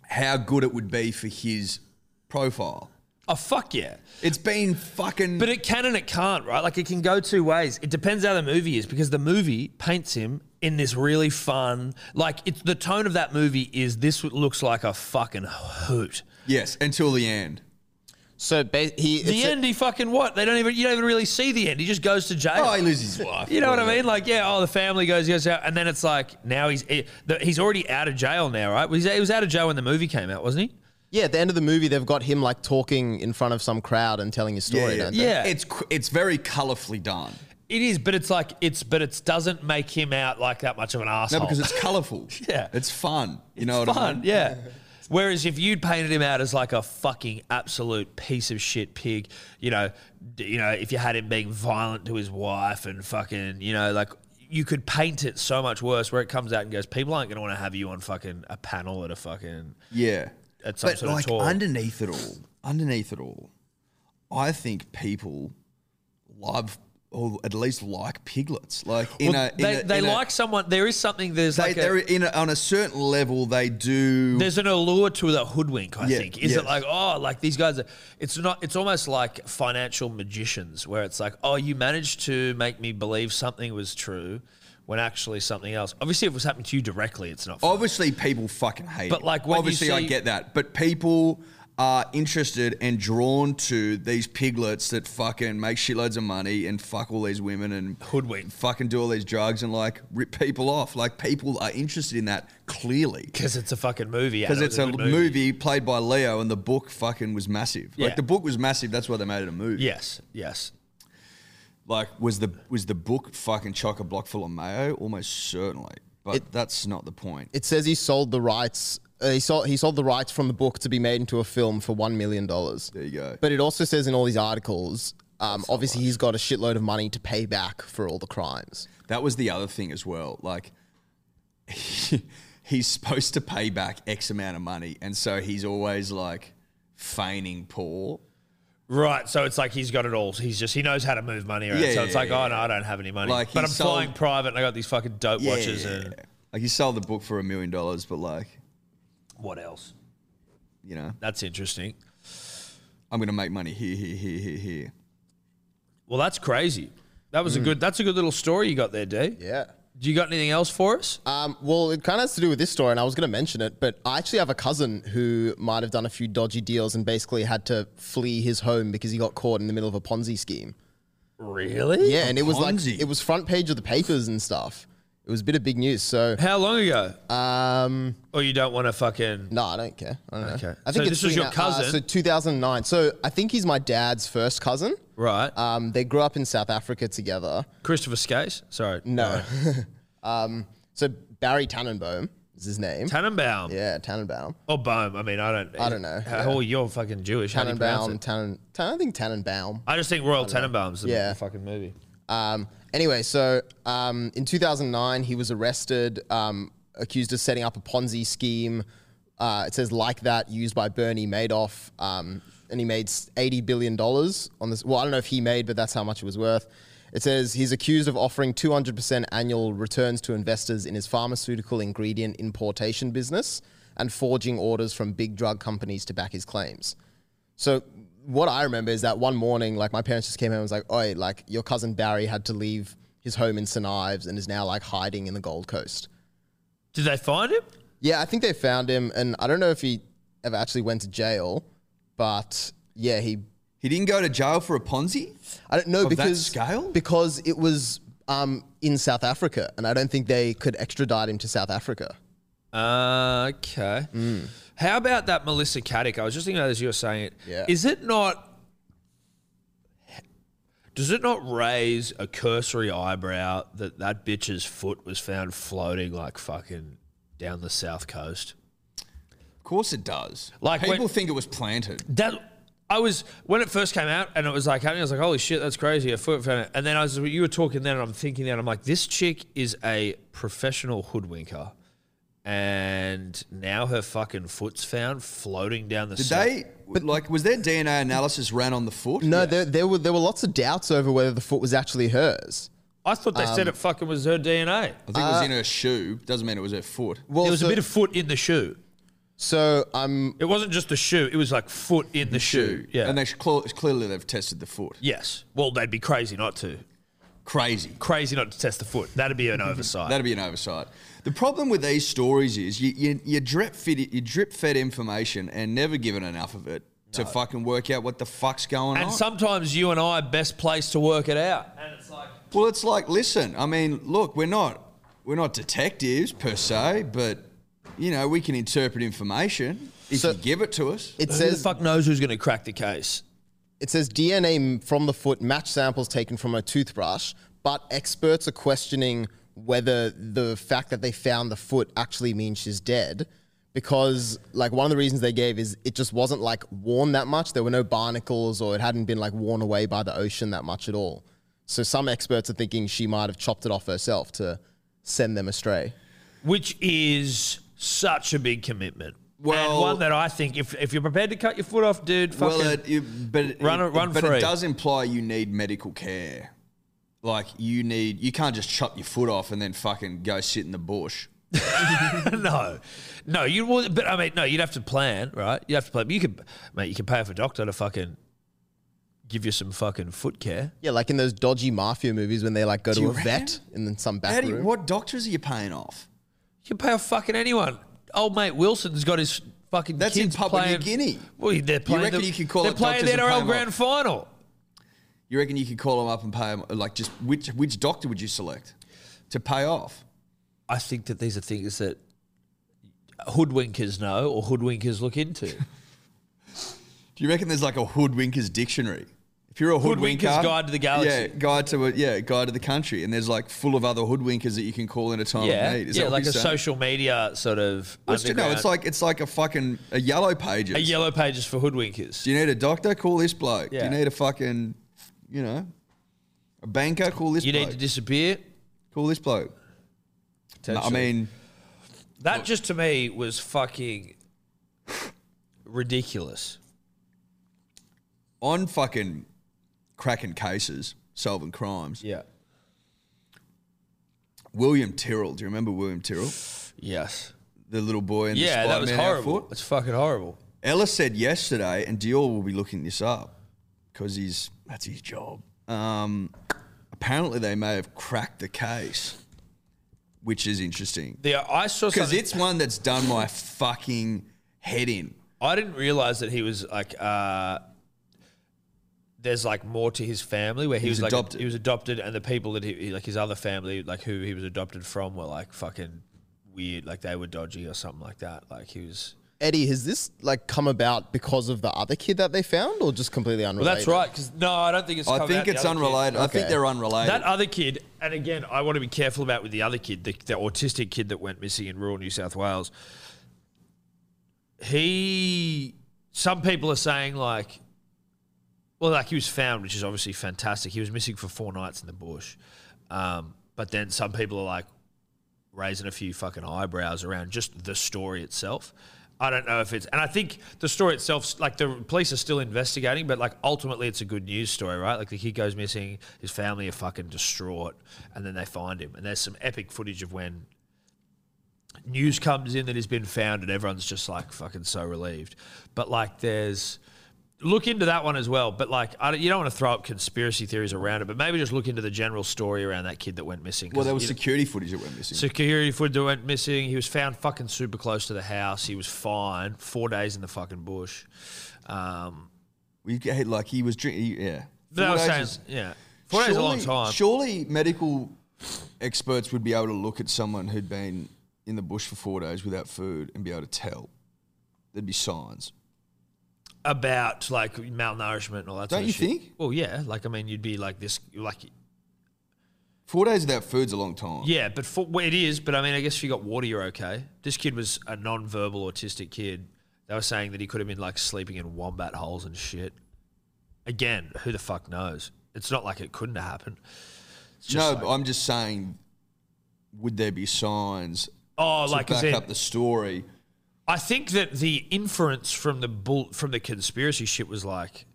Speaker 3: how good it would be for his profile.
Speaker 2: Oh fuck yeah!
Speaker 3: It's been fucking.
Speaker 2: But it can and it can't, right? Like it can go two ways. It depends how the movie is because the movie paints him in this really fun, like it's the tone of that movie is this looks like a fucking hoot.
Speaker 3: yes, until the end.
Speaker 4: so ba- he
Speaker 2: The
Speaker 4: it's a-
Speaker 2: end, he fucking what? They don't even you don't even really see the end. He just goes to jail.
Speaker 3: Oh, he loses his wife.
Speaker 2: You know what I mean? Like, yeah, oh, the family goes, goes out, and then it's like now he's he- the- he's already out of jail now, right? He's- He was out of jail when the movie came out, wasn't he?
Speaker 4: yeah, at the end of the movie, they've got him like talking in front of some crowd and telling his story. don't they?
Speaker 2: Yeah.
Speaker 3: It's cr- it's very colourfully done.
Speaker 2: It is, but it's like it's, but it doesn't make him out like that much of an asshole.
Speaker 3: No, because it's colourful.
Speaker 2: *laughs* Yeah.
Speaker 3: it's fun. You know what I
Speaker 2: fun,
Speaker 3: mean? *laughs*
Speaker 2: yeah. Whereas if you'd painted him out as like a fucking absolute piece of shit pig, you know, d- you know, if you had him being violent to his wife and fucking, you know, like you could paint it so much worse. Where it comes out and goes, people aren't going to want to have you on fucking a panel at a fucking
Speaker 3: Yeah.
Speaker 2: At some
Speaker 3: but
Speaker 2: sort of
Speaker 3: like
Speaker 2: tour.
Speaker 3: underneath it all, underneath it all, I think people love or at least like piglets. Like in
Speaker 2: Well,
Speaker 3: a in
Speaker 2: they,
Speaker 3: a-
Speaker 2: they
Speaker 3: in a-
Speaker 2: like someone. There is something. There's
Speaker 3: they,
Speaker 2: like
Speaker 3: they're
Speaker 2: a,
Speaker 3: in a, on a certain level they do
Speaker 2: there's an allure to the hoodwink. I
Speaker 3: Yeah,
Speaker 2: think is
Speaker 3: yes.
Speaker 2: it like oh like these guys are. It's not. It's almost like financial magicians where it's like oh you managed to make me believe something was true when actually something else. Obviously, if it was happening to you directly, it's not. *laughs* Fun.
Speaker 3: obviously people fucking hate
Speaker 2: But,
Speaker 3: it.
Speaker 2: like, when you
Speaker 3: obviously I
Speaker 2: see-
Speaker 3: get that. But people are interested and drawn to these piglets that fucking make shitloads of money and fuck all these women and
Speaker 2: Hoodwink.
Speaker 3: fucking do all these drugs and like rip people off. Like people are interested in that clearly.
Speaker 2: Because it's a fucking movie.
Speaker 3: Because
Speaker 2: Adam,
Speaker 3: it's a
Speaker 2: good
Speaker 3: movie. played by Leo, and the book fucking was massive.
Speaker 2: Yeah.
Speaker 3: Like the book was massive. That's why they made it a movie.
Speaker 2: Yes. Yes.
Speaker 3: Like was the was the book fucking chock a block full of mayo? Almost certainly. But that's not the point.
Speaker 4: it says he sold the rights. Uh, he sold he sold the rights from the book to be made into a film for one million dollars.
Speaker 3: there you go.
Speaker 4: But it also says in all these articles, um, obviously he's got a shitload of money to pay back for all the crimes.
Speaker 3: that was the other thing as well. Like *laughs* he's supposed to pay back X amount of money, and so he's always like feigning poor.
Speaker 2: Right, so it's like he's got it all. He's just he knows how to move money around.
Speaker 3: Yeah,
Speaker 2: so
Speaker 3: yeah,
Speaker 2: it's like,
Speaker 3: yeah,
Speaker 2: oh no, I don't have any money,
Speaker 3: Like,
Speaker 2: but
Speaker 3: he
Speaker 2: I'm
Speaker 3: sold-
Speaker 2: flying private, and I got these fucking dope watches and
Speaker 3: like he sold the book for a million dollars, but like
Speaker 2: what else?
Speaker 3: you know,
Speaker 2: That's interesting.
Speaker 3: I'm gonna make money here, here, here, here, here. Mm.
Speaker 2: Well, that's crazy. That was a good. That's a good little story you got there, D.
Speaker 4: Yeah.
Speaker 2: Do you got anything else for us?
Speaker 4: Um, well, it kind of has to do with this story, and I was going to mention it, but I actually have a cousin who might have done a few dodgy deals and basically had to flee his home because he got caught in the middle of a Ponzi scheme.
Speaker 2: Really?
Speaker 4: Yeah, and it was like
Speaker 3: Ponzi?
Speaker 4: it was front page of the papers and stuff. It was a bit of big news. So,
Speaker 2: How long ago?
Speaker 4: um,
Speaker 2: Or you don't want to fucking.
Speaker 4: no, I don't care. I don't
Speaker 2: Okay.
Speaker 4: know. I
Speaker 2: So
Speaker 4: think it's
Speaker 2: this was your
Speaker 4: been, uh,
Speaker 2: cousin?
Speaker 4: so 2009. So I think he's my dad's first cousin.
Speaker 2: Right.
Speaker 4: Um, they grew up in South Africa together.
Speaker 2: Christopher Skase? Sorry.
Speaker 4: No. *laughs* um, so Barry Tannenbaum is his name.
Speaker 2: Tannenbaum.
Speaker 4: yeah, Tannenbaum.
Speaker 2: Or Bohm. I mean, I don't.
Speaker 4: I don't know.
Speaker 2: How, how- you're fucking Jewish. How do you pronounce
Speaker 4: Tannenbaum.
Speaker 2: it?
Speaker 4: Tannen, Tannen, I think Tannenbaum.
Speaker 2: I just think Royal Tannenbaum's the
Speaker 4: Yeah.
Speaker 2: fucking movie.
Speaker 4: Um, anyway, so um, in 2009, he was arrested, um, accused of setting up a Ponzi scheme. Uh, it says like that used by Bernie Madoff, um, and he made s- 80 billion dollars on this. Well, I don't know if he made, but that's how much it was worth. It says he's accused of offering 200% annual returns to investors in his pharmaceutical ingredient importation business and forging orders from big drug companies to back his claims. So what I remember is that one morning, like my parents just came home and was like, "Oi, like your cousin Barry had to leave his home in St Ives and is now like hiding in the Gold Coast."
Speaker 2: Did they find him?
Speaker 4: Yeah, I think they found him, and I don't know if he ever actually went to jail, but yeah, he.
Speaker 3: He didn't go to jail for a Ponzi.
Speaker 4: I don't know
Speaker 3: Of that
Speaker 4: because
Speaker 3: scale?
Speaker 4: because it was um, in South Africa, and I don't think they could extradite him to South Africa.
Speaker 2: Uh, okay. How about that Melissa Caddick? I was just thinking about this. You were saying it.
Speaker 4: Yeah.
Speaker 2: Is it not? Does it not raise a cursory eyebrow that that bitch's foot was found floating like fucking down the south coast?
Speaker 3: Of course it does.
Speaker 2: Like
Speaker 3: people
Speaker 2: when-
Speaker 3: think it was planted.
Speaker 2: That I was when it first came out and it was like happening. I was like, "Holy shit, that's crazy!" A foot found it. And then I was you were talking then, and I'm thinking that I'm like, "This chick is a professional hoodwinker." And now her fucking foot's found floating down the.
Speaker 3: Did
Speaker 2: south-
Speaker 3: they? like, was their DNA analysis ran on the foot?
Speaker 4: No, there, there were there were lots of doubts over whether the foot was actually hers.
Speaker 2: I thought they
Speaker 3: Um,
Speaker 2: said it fucking was her DNA.
Speaker 3: I think it was in her shoe. Doesn't mean it was her foot.
Speaker 4: Well,
Speaker 2: there was
Speaker 4: so-
Speaker 2: a bit of foot in the shoe.
Speaker 4: so um, I'm
Speaker 2: It wasn't just the shoe; it was like foot in the shoe. Yeah.
Speaker 3: And they sh- cl- clearly they've tested the foot.
Speaker 2: yes. Well, they'd be crazy not to.
Speaker 3: Crazy.
Speaker 2: Crazy not to test the foot. That'd
Speaker 3: *laughs*
Speaker 2: be an oversight.
Speaker 3: That'd be an oversight. The problem with these stories is you you, you drip fed you drip fed information and never given enough of it to fucking work out what the fuck's going
Speaker 2: and
Speaker 3: on.
Speaker 2: sometimes you and I are best placed to work it out. And it's like.
Speaker 3: well, it's like listen. I mean, look, we're not we're not detectives per se, but you know we can interpret information if
Speaker 4: So-
Speaker 3: you give it to us.
Speaker 4: it
Speaker 2: Who the
Speaker 4: says
Speaker 2: fuck knows who's going to crack the case?
Speaker 4: It says DNA m- from the foot match samples taken from a toothbrush, but experts are questioning whether the fact that they found the foot actually means she's dead. Because, like, one of the reasons they gave is it just wasn't like worn that much. There were no barnacles or it hadn't been like worn away by the ocean that much at all. So, some experts are thinking she might have chopped it off herself to send them astray.
Speaker 2: Which is such a big commitment. and
Speaker 3: Well-
Speaker 2: one that I think if, if you're prepared to cut your foot off, dude, fucking.
Speaker 3: Well, it, it, but it,
Speaker 2: Run-
Speaker 3: it-
Speaker 2: run
Speaker 3: but
Speaker 2: free.
Speaker 3: it does imply you need medical care. Like you need, you can't just chop your foot off and then fucking go sit in the bush.
Speaker 2: *laughs* no, no, you would. But I mean, no, you'd have to plan, right? You'd have to plan. But you could, mate, you could pay off a doctor to fucking give you some fucking foot care.
Speaker 4: Yeah, like in those dodgy mafia movies when they like go
Speaker 3: Do
Speaker 4: to
Speaker 3: you
Speaker 4: a vet
Speaker 3: reckon?
Speaker 4: and then some
Speaker 3: How
Speaker 4: back
Speaker 3: do you,
Speaker 4: room.
Speaker 3: what doctors are you paying off?
Speaker 2: You can pay off fucking anyone. Old mate Wilson's got his fucking.
Speaker 3: That's in
Speaker 2: kids
Speaker 3: Papua New
Speaker 2: playing-
Speaker 3: Guinea.
Speaker 2: Well, they're playing.
Speaker 3: reckon
Speaker 2: the,
Speaker 3: you could call
Speaker 2: They're
Speaker 3: it
Speaker 2: playing the
Speaker 3: doctors and pay
Speaker 2: NRL
Speaker 3: 'em
Speaker 2: grand
Speaker 3: off?
Speaker 2: final.
Speaker 3: You reckon you could call them up and pay them? Like, just which which doctor would you select to pay off?
Speaker 2: I think that these are things that hoodwinkers know or hoodwinkers look
Speaker 3: *laughs*
Speaker 2: into.
Speaker 3: Do you reckon there's like a hoodwinkers dictionary? If you're a
Speaker 2: Hoodwinkers
Speaker 3: hoodwinker,
Speaker 2: Guide to the Galaxy.
Speaker 3: yeah, guide to a, yeah, guide to the country, and there's like full of other hoodwinkers that you can call in a time
Speaker 2: yeah,
Speaker 3: of need. Oh, Is
Speaker 2: yeah,
Speaker 3: that what
Speaker 2: like
Speaker 3: you're
Speaker 2: a
Speaker 3: saying?
Speaker 2: social media sort of.
Speaker 3: Well, it's- no,
Speaker 2: underground-
Speaker 3: it's like it's like a fucking a yellow pages.
Speaker 2: a yellow pages for hoodwinkers.
Speaker 3: Do you need a doctor? Call this bloke.
Speaker 2: Yeah.
Speaker 3: Do you need a fucking, you know, a banker? Call this
Speaker 2: You
Speaker 3: bloke.
Speaker 2: need to disappear.
Speaker 3: call this bloke. No, I
Speaker 2: Potentially.
Speaker 3: mean,
Speaker 2: That just to me was fucking ridiculous.
Speaker 3: on fucking cracking cases, solving crimes.
Speaker 2: Yeah.
Speaker 3: William Tyrrell. Do you remember William Tyrrell?
Speaker 2: Yes.
Speaker 3: The little boy in
Speaker 2: Yeah,
Speaker 3: the
Speaker 2: that was
Speaker 3: Spider-Man
Speaker 2: horrible.
Speaker 3: outfit?
Speaker 2: It's fucking horrible.
Speaker 3: Ella said yesterday, and Dior will be looking this up because he's that's his job. Um, apparently, they may have cracked the case which is interesting
Speaker 2: The, I saw
Speaker 3: because
Speaker 2: something-
Speaker 3: it's one that's done my fucking head in.
Speaker 2: I didn't realize that he was like. Uh, there's like more to his family where he,
Speaker 3: was
Speaker 2: was, like
Speaker 3: adopted.
Speaker 2: he was adopted, and the people that he he- like his other family, like who he was adopted from, were like fucking weird, like they were dodgy or something like that. Like he was.
Speaker 4: Eddie, has this like come about because of the other kid that they found, or just completely unrelated?
Speaker 2: Well, that's right. Because no, I don't think it's.
Speaker 3: I
Speaker 2: come out
Speaker 3: think
Speaker 2: the
Speaker 3: it's
Speaker 2: other kid.
Speaker 3: unrelated. I think
Speaker 4: Okay.
Speaker 3: they're unrelated.
Speaker 2: That other kid, and again, I want to be careful about with the other kid, the, the autistic kid that went missing in rural New South Wales. He, some people are saying like, well, like he was found, which is obviously fantastic. He was missing for four nights in the bush, um, but then some people are like raising a few fucking eyebrows around just the story itself. I don't know if it's, and I think the story itself, like the police are still investigating, but like ultimately it's a good news story, right? Like the kid goes missing, his family are fucking distraught, and then they find him. And there's some epic footage of when news comes in that he's been found, and everyone's just like fucking so relieved. But like there's, look into that one as well. But like, I don't, you don't want to throw up conspiracy theories around it, but maybe just look into the general story around that kid that went missing. 'cause
Speaker 3: well, there was
Speaker 2: you-
Speaker 3: security footage that went missing.
Speaker 2: Security footage went missing. He was found fucking super close to the house. He was fine. Four days in the fucking bush. Um,
Speaker 3: we get like he was drinking. Yeah,
Speaker 2: but I
Speaker 3: Four
Speaker 2: was
Speaker 3: days
Speaker 2: saying,
Speaker 3: is-
Speaker 2: yeah, four days is a long time.
Speaker 3: Surely medical experts would be able to look at someone who'd been in the bush for four days without food and be able to tell. There'd be signs.
Speaker 2: About like malnourishment and all that.
Speaker 3: Don't
Speaker 2: sort of
Speaker 3: you
Speaker 2: shit.
Speaker 3: think?
Speaker 2: Well, yeah. Like I mean, you'd be like this, like
Speaker 3: Four days without food's a long time.
Speaker 2: yeah. But for, well, it is. But I mean, I guess if you got water, you're okay. This kid was a non-verbal autistic kid. They were saying that he could have been like sleeping in wombat holes and shit. Again, who the fuck knows? It's not like it couldn't have happened. It's just
Speaker 3: no,
Speaker 2: like-
Speaker 3: but I'm just saying, would there be signs
Speaker 2: oh,
Speaker 3: to
Speaker 2: like I
Speaker 3: back
Speaker 2: said,
Speaker 3: up the story?
Speaker 2: I think that the inference from the bull, from the conspiracy shit was like,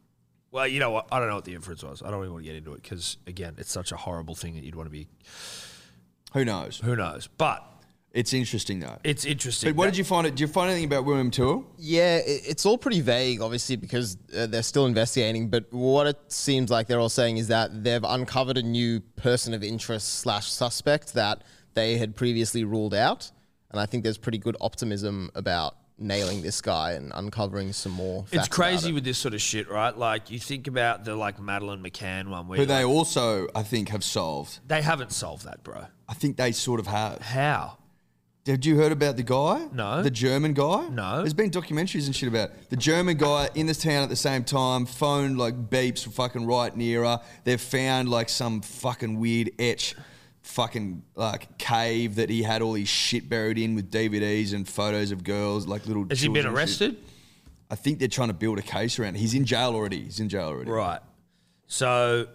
Speaker 2: well, you know what? I don't know what the inference was. I don't even want to get into it because again, it's such a horrible thing that you'd want to be.
Speaker 3: Who knows?
Speaker 2: Who knows? But
Speaker 3: It's interesting though.
Speaker 2: it's interesting.
Speaker 3: But what
Speaker 2: that-
Speaker 3: did you find? It? Did you find anything about William Tool?
Speaker 4: Yeah, i- it's all pretty vague, obviously, because uh, they're still investigating. But what it seems like they're all saying is that they've uncovered a new person of interest slash suspect that they had previously ruled out, and I think there's pretty good optimism about nailing this guy and uncovering some more.
Speaker 2: It's
Speaker 4: facts about
Speaker 2: crazy
Speaker 4: it.
Speaker 2: with this sort of shit, right? Like you think about the like Madeline McCann one where
Speaker 3: Who
Speaker 2: like,
Speaker 3: they also, I think, have solved.
Speaker 2: they haven't solved that, bro.
Speaker 3: I think they sort of have.
Speaker 2: How?
Speaker 3: Did you heard about the guy?
Speaker 2: No.
Speaker 3: The German guy?
Speaker 2: No.
Speaker 3: There's been documentaries and shit about it. the German guy in this town at the same time. Phone like beeps fucking right near her. They've found like some fucking weird etch, fucking like cave that he had all his shit buried in with DVDs and photos of girls, like little.
Speaker 2: Has he been
Speaker 3: children and shit.
Speaker 2: arrested?
Speaker 3: I think they're trying to build a case around. It. He's in jail already. He's in jail already.
Speaker 2: Right. So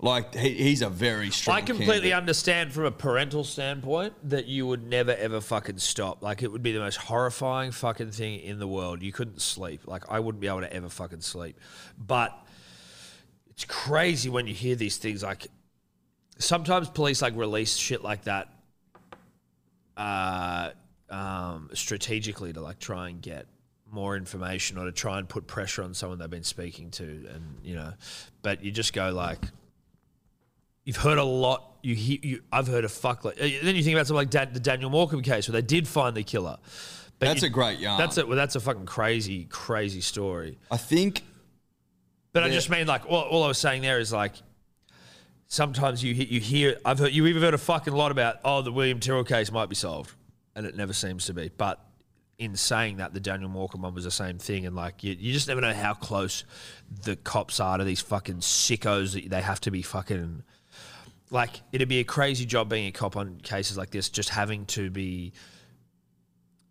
Speaker 3: Like he, he's a very strong.
Speaker 2: I completely
Speaker 3: candidate.
Speaker 2: understand from a parental standpoint that you would never ever fucking stop. Like it would be the most horrifying fucking thing in the world. You couldn't sleep. Like I wouldn't be able to ever fucking sleep. But it's crazy when you hear these things. Like sometimes police like release shit like that uh, um, strategically to like try and get more information or to try and put pressure on someone they've been speaking to, and you know, but you just go like, you've heard a lot. You hear, you, I've heard a fuck. Like, then you think about something like Dan, the Daniel Morecambe case where they did find the killer. But
Speaker 3: That's
Speaker 2: you-
Speaker 3: a great yarn.
Speaker 2: That's a well, that's a fucking crazy, crazy story.
Speaker 3: I think
Speaker 2: But I just mean like all, all I was saying there is like sometimes you he- you hear I've heard you even heard a fucking lot about oh the William Tyrrell case might be solved and it never seems to be. But in saying that, the Daniel Morecambe one was the same thing, and like you, you just never know how close the cops are to these fucking sickos that they have to be fucking. Like it'd be a crazy job being a cop on cases like this, just having to be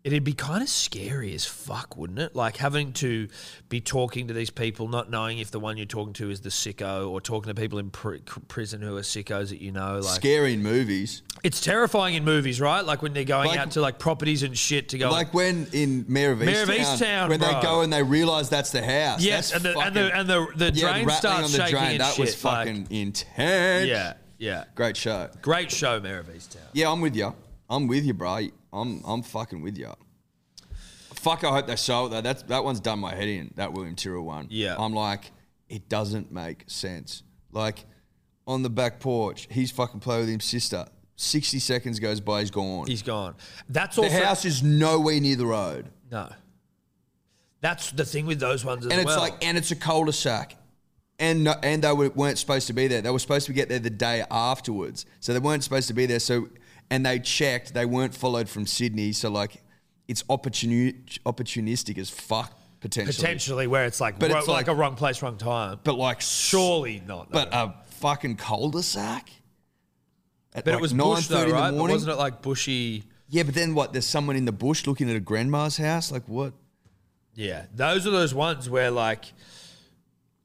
Speaker 2: it'd be kind of scary as fuck, wouldn't it? Like having to be talking to these people, not knowing if the one you're talking to is the sicko, or talking to people in pr- prison who are sickos that you know. Like
Speaker 3: scary in movies.
Speaker 2: it's terrifying in movies, right? Like when they're going
Speaker 3: Like-
Speaker 2: out to like properties and shit to go.
Speaker 3: Like when in Mayor of Easttown,
Speaker 2: Mayor of Easttown,
Speaker 3: when they
Speaker 2: bro.
Speaker 3: go and they realise that's the house.
Speaker 2: yes, and
Speaker 3: that's
Speaker 2: the, and
Speaker 3: fucking-
Speaker 2: the and the the
Speaker 3: yeah,
Speaker 2: drain
Speaker 3: rattling
Speaker 2: starts
Speaker 3: on the
Speaker 2: shaking
Speaker 3: drain.
Speaker 2: and
Speaker 3: that
Speaker 2: shit.
Speaker 3: was fucking
Speaker 2: like,
Speaker 3: intense.
Speaker 2: yeah, yeah.
Speaker 3: great show.
Speaker 2: Great show, Mayor of Easttown.
Speaker 3: Yeah, I'm with you. I'm with you, bro. I'm I'm fucking with you. Fuck, I hope they show it though. That's that one's done my head in. That William Tyrrell one.
Speaker 2: Yeah.
Speaker 3: I'm like, it doesn't make sense. Like, on the back porch, he's fucking playing with his sister. 60 seconds goes by, he's gone.
Speaker 2: He's gone. That's
Speaker 3: the
Speaker 2: also
Speaker 3: house is nowhere near the road.
Speaker 2: no. That's the thing with those ones as
Speaker 3: And it's
Speaker 2: well.
Speaker 3: like, and it's a cul-de-sac. And, no, and they were, weren't supposed to be there. They were supposed to get there the day afterwards. So they weren't supposed to be there. So, and they checked, they weren't followed from Sydney. So like, it's opportuni- opportunistic as fuck, potentially.
Speaker 2: potentially where it's like
Speaker 3: But
Speaker 2: ro-
Speaker 3: it's
Speaker 2: like,
Speaker 3: like-
Speaker 2: a wrong place, wrong time.
Speaker 3: But like, sure.
Speaker 2: Surely not.
Speaker 3: But a fucking cul-de-sac? At
Speaker 2: But
Speaker 3: like
Speaker 2: it was bush though,
Speaker 3: 9:30 in the
Speaker 2: right?
Speaker 3: morning?
Speaker 2: Wasn't it like bushy?
Speaker 3: Yeah, but then what? There's someone in the bush looking at a grandma's house. Like what?
Speaker 2: Yeah, those are those ones where like,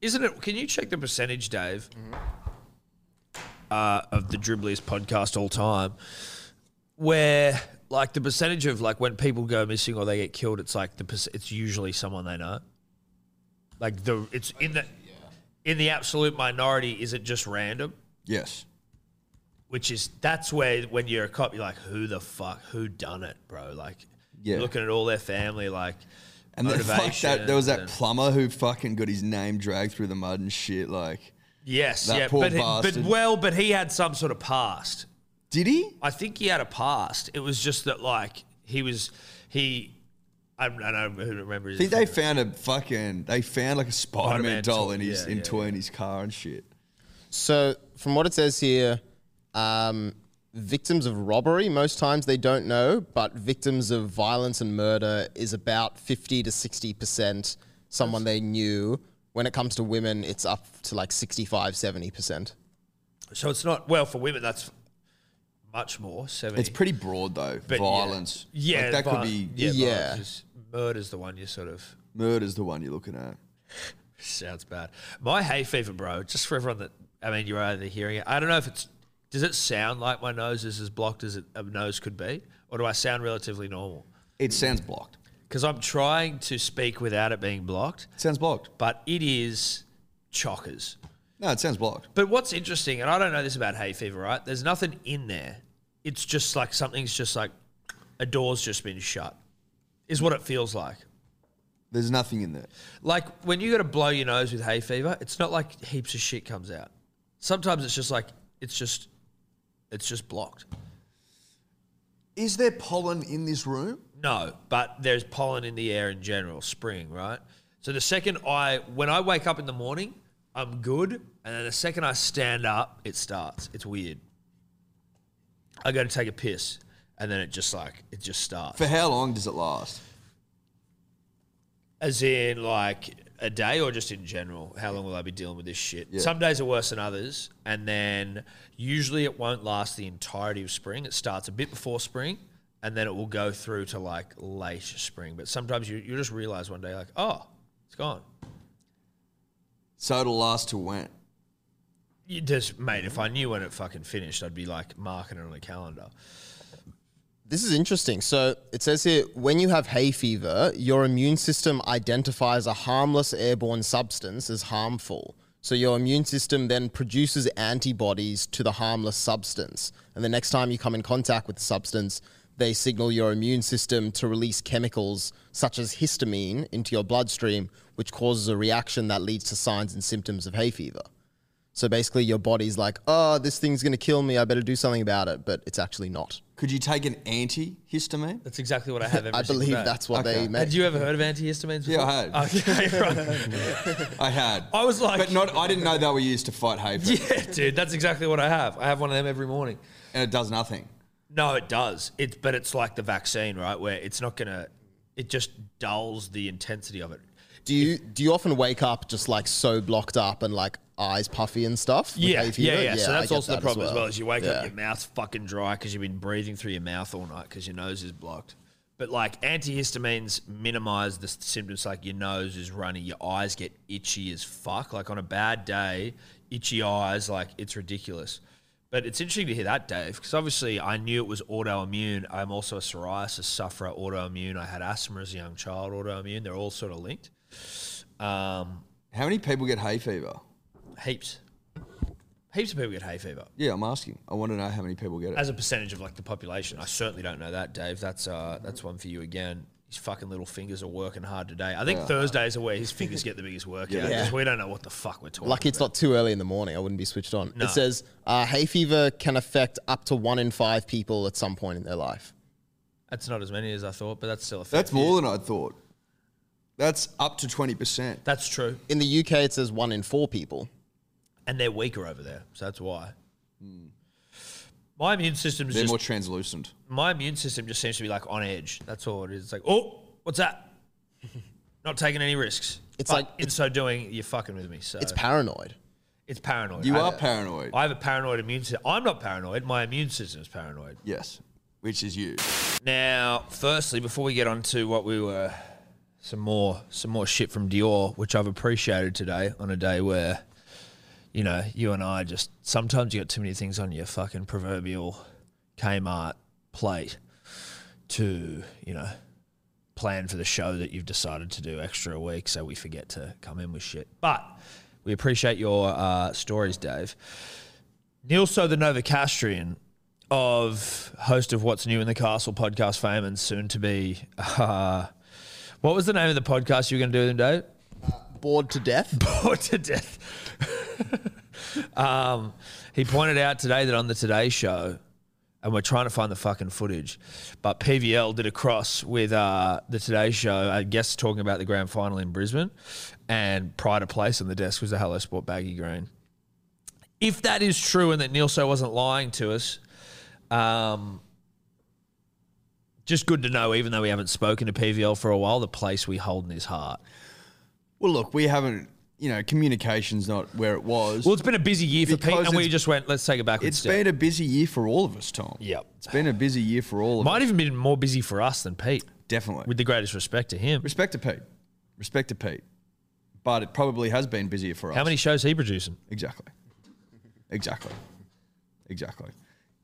Speaker 2: isn't it? Can you check the percentage, Dave, uh, of the dribbliest podcast all time, where like the percentage of like when people go missing or they get killed, it's like the perc- it's usually someone they know. Like the it's in the in the absolute minority. Is it just random?
Speaker 3: Yes.
Speaker 2: which is that's where when you're a cop, you're like, who the fuck, who done it, bro? Like,
Speaker 3: Yeah.
Speaker 2: looking at all their family, like,
Speaker 3: And then *laughs* fuck that, there was
Speaker 2: motivation
Speaker 3: that
Speaker 2: and-
Speaker 3: plumber who fucking got his name dragged through the mud and shit. Like,
Speaker 2: yes,
Speaker 3: that
Speaker 2: yeah,
Speaker 3: poor
Speaker 2: but, he- but
Speaker 3: bastard.
Speaker 2: well, but he had some sort of past.
Speaker 3: did he?
Speaker 2: I think he had a past. It was just that like he was he. I, I don't remember.
Speaker 3: I
Speaker 2: His
Speaker 3: think they found a fucking they found like a Spider
Speaker 2: Spider-Man
Speaker 3: Man doll
Speaker 2: toy,
Speaker 3: in his
Speaker 2: yeah,
Speaker 3: in
Speaker 2: yeah,
Speaker 3: toy in his car and shit.
Speaker 4: So, from what it says here, um, victims of robbery, most times they don't know, but victims of violence and murder is about 50 to 60% someone they knew. When it comes to women, it's up to like 65, 70%.
Speaker 2: so it's not well for women. That's much more seventy.
Speaker 3: It's pretty broad though.
Speaker 2: but yeah.
Speaker 3: violence.
Speaker 2: Yeah,
Speaker 3: Like, that could
Speaker 2: vi-
Speaker 3: be
Speaker 2: Yeah,
Speaker 4: Yeah.
Speaker 2: violence is- murder's the one you sort of.
Speaker 3: murder's the one you're looking at.
Speaker 2: Sounds bad. My hay fever, bro. Just for everyone that I mean, you're either hearing it. I don't know if it's. Does it sound like my nose is as blocked as it, a nose could be, or do I sound relatively normal?
Speaker 3: It sounds blocked.
Speaker 2: Because I'm trying to speak without it being blocked,
Speaker 3: It sounds blocked.
Speaker 2: but it is chockers.
Speaker 3: No, it sounds blocked.
Speaker 2: But what's interesting, and I don't know this about hay fever, right? There's nothing in there. It's just like something's just like a door's just been shut, is what it feels like.
Speaker 3: There's nothing in there.
Speaker 2: Like when you got to blow your nose with hay fever, it's not like heaps of shit comes out. Sometimes it's just like it's just it's just blocked.
Speaker 3: Is there pollen in this room?
Speaker 2: No, but there's pollen in the air in general, spring, right? So the second I when I wake up in the morning, I'm good, and then the second I stand up, it starts. It's weird. I go to take a piss, and then it just like it just starts.
Speaker 3: For how long does it last?
Speaker 2: As in, like a day or just in general? How long will I be dealing with this shit?
Speaker 3: Yeah.
Speaker 2: Some days are worse than others. And then usually it won't last the entirety of spring. It starts a bit before spring and then it will go through to like late spring. But sometimes you, you just realize one day, like, oh, it's gone.
Speaker 3: So it'll last till when?
Speaker 2: You just, mate, if I knew when it fucking finished, I'd be like marking it on a calendar.
Speaker 4: This is interesting. So it says here when you have hay fever, your immune system identifies a harmless airborne substance as harmful. So your immune system then produces antibodies to the harmless substance. And the next time you come in contact with the substance, they signal your immune system to release chemicals such as histamine into your bloodstream, which causes a reaction that leads to signs and symptoms of hay fever. So basically, your body's like, oh, this thing's going to kill me. I better do something about it. But it's actually not.
Speaker 3: Could you take an antihistamine?
Speaker 2: That's exactly what I have every
Speaker 4: I
Speaker 2: single
Speaker 4: believe
Speaker 2: day.
Speaker 4: that's what
Speaker 3: Okay.
Speaker 4: they
Speaker 2: Had
Speaker 4: make.
Speaker 2: you ever heard of antihistamines?
Speaker 3: Yeah, I
Speaker 2: before? *laughs* Okay, right.
Speaker 3: I had.
Speaker 2: I was like,
Speaker 3: but not. I didn't know they were used to fight hay fever,
Speaker 2: *laughs* yeah, dude, that's exactly what I have. I have one of them every morning.
Speaker 3: and it does nothing.
Speaker 2: No, it does. It's but it's like the vaccine, right? Where it's not gonna, it just dulls the intensity of it.
Speaker 4: Do you do you often wake up just like so blocked up and like eyes puffy and stuff? with hay fever?
Speaker 2: yeah, yeah. So
Speaker 4: I
Speaker 2: that's
Speaker 4: get
Speaker 2: also the
Speaker 4: that
Speaker 2: problem as well. As you wake
Speaker 4: Yeah.
Speaker 2: up, your mouth's fucking dry because you've been breathing through your mouth all night because your nose is blocked. But like antihistamines minimize the s- symptoms, like your nose is runny, your eyes get itchy as fuck. Like on a bad day, itchy eyes, like it's ridiculous. But it's interesting to hear that, Dave, because obviously I knew it was autoimmune. I'm also a psoriasis sufferer, autoimmune. I had asthma as a young child, autoimmune. They're all sort of linked. Um,
Speaker 3: How many people get hay fever?
Speaker 2: heaps. Heaps of people get hay fever.
Speaker 3: Yeah, I'm asking. I want to know how many people get it.
Speaker 2: as a percentage of like the population. I certainly don't know that, Dave. That's uh, that's one for you again. his fucking little fingers are working hard today. I think Thursdays are where his fingers get the biggest workout.
Speaker 3: Yeah.
Speaker 2: 'cause We don't know what the fuck we're talking.
Speaker 4: Lucky it's
Speaker 2: about.
Speaker 4: not too early in the morning. I wouldn't be switched on.
Speaker 2: No.
Speaker 4: It says uh, hay fever can affect up to one in five people at some point in their life.
Speaker 2: That's not as many as I thought, but that's still a fair
Speaker 3: That's more than I thought. That's up to twenty percent.
Speaker 2: That's true,
Speaker 4: In the UK, it says one in four people.
Speaker 2: and they're weaker over there, so that's why. My immune system is
Speaker 3: Hmm. They're
Speaker 2: just
Speaker 3: more translucent.
Speaker 2: my immune system just seems to be like on edge. That's all it is. It's like, oh, what's
Speaker 3: *laughs*
Speaker 2: that? Not taking any risks.
Speaker 4: It's
Speaker 2: But
Speaker 4: like-
Speaker 2: in so doing, you're fucking with me. So
Speaker 4: It's
Speaker 2: it's,
Speaker 4: paranoid.
Speaker 2: paranoid.
Speaker 3: You
Speaker 2: I,
Speaker 3: are paranoid.
Speaker 2: I have a paranoid immune system. I'm not paranoid. My immune system is paranoid.
Speaker 3: yes, which is you.
Speaker 2: Now, firstly, before we get on to what we were, some more, some more shit from Dior, which I've appreciated today on a day where, you know, you and I just sometimes you got too many things on your fucking proverbial Kmart plate to, you know, plan for the show that you've decided to do extra a week, so we forget to come in with shit. But we appreciate your uh, stories, Dave. Neil So the Novocastrian of host of What's New in the Castle podcast fame and soon to be uh, what was the name of the podcast you were going to do with him, Dave?
Speaker 4: Bored to death.
Speaker 2: *laughs* bored to death. um, he pointed out today that on the Today Show, and we're trying to find the fucking footage, but PVL did a cross with uh, the Today Show, I guess talking about the grand final in Brisbane, and prior to place on the desk was a Hello Sport baggy green. If that is true and that Neil So wasn't lying to us, um, just good to know, even though we haven't spoken to PVL for a while, the place we hold in his heart.
Speaker 3: Well, look, we haven't. You know, communication's not where it was.
Speaker 2: Well, it's been a busy year for Pete,
Speaker 3: Because
Speaker 2: and we
Speaker 3: it's-
Speaker 2: just went, let's take it back.
Speaker 3: it's been a busy year for all of us, Tom.
Speaker 2: Yep.
Speaker 3: It's been a busy year for all of us.
Speaker 2: Might even been more busy for us than Pete,
Speaker 3: Definitely.
Speaker 2: with the greatest respect to him.
Speaker 3: Respect to Pete. Respect to Pete. But it probably has been busier for us.
Speaker 2: How many shows he producing?
Speaker 3: Exactly. Exactly. Exactly.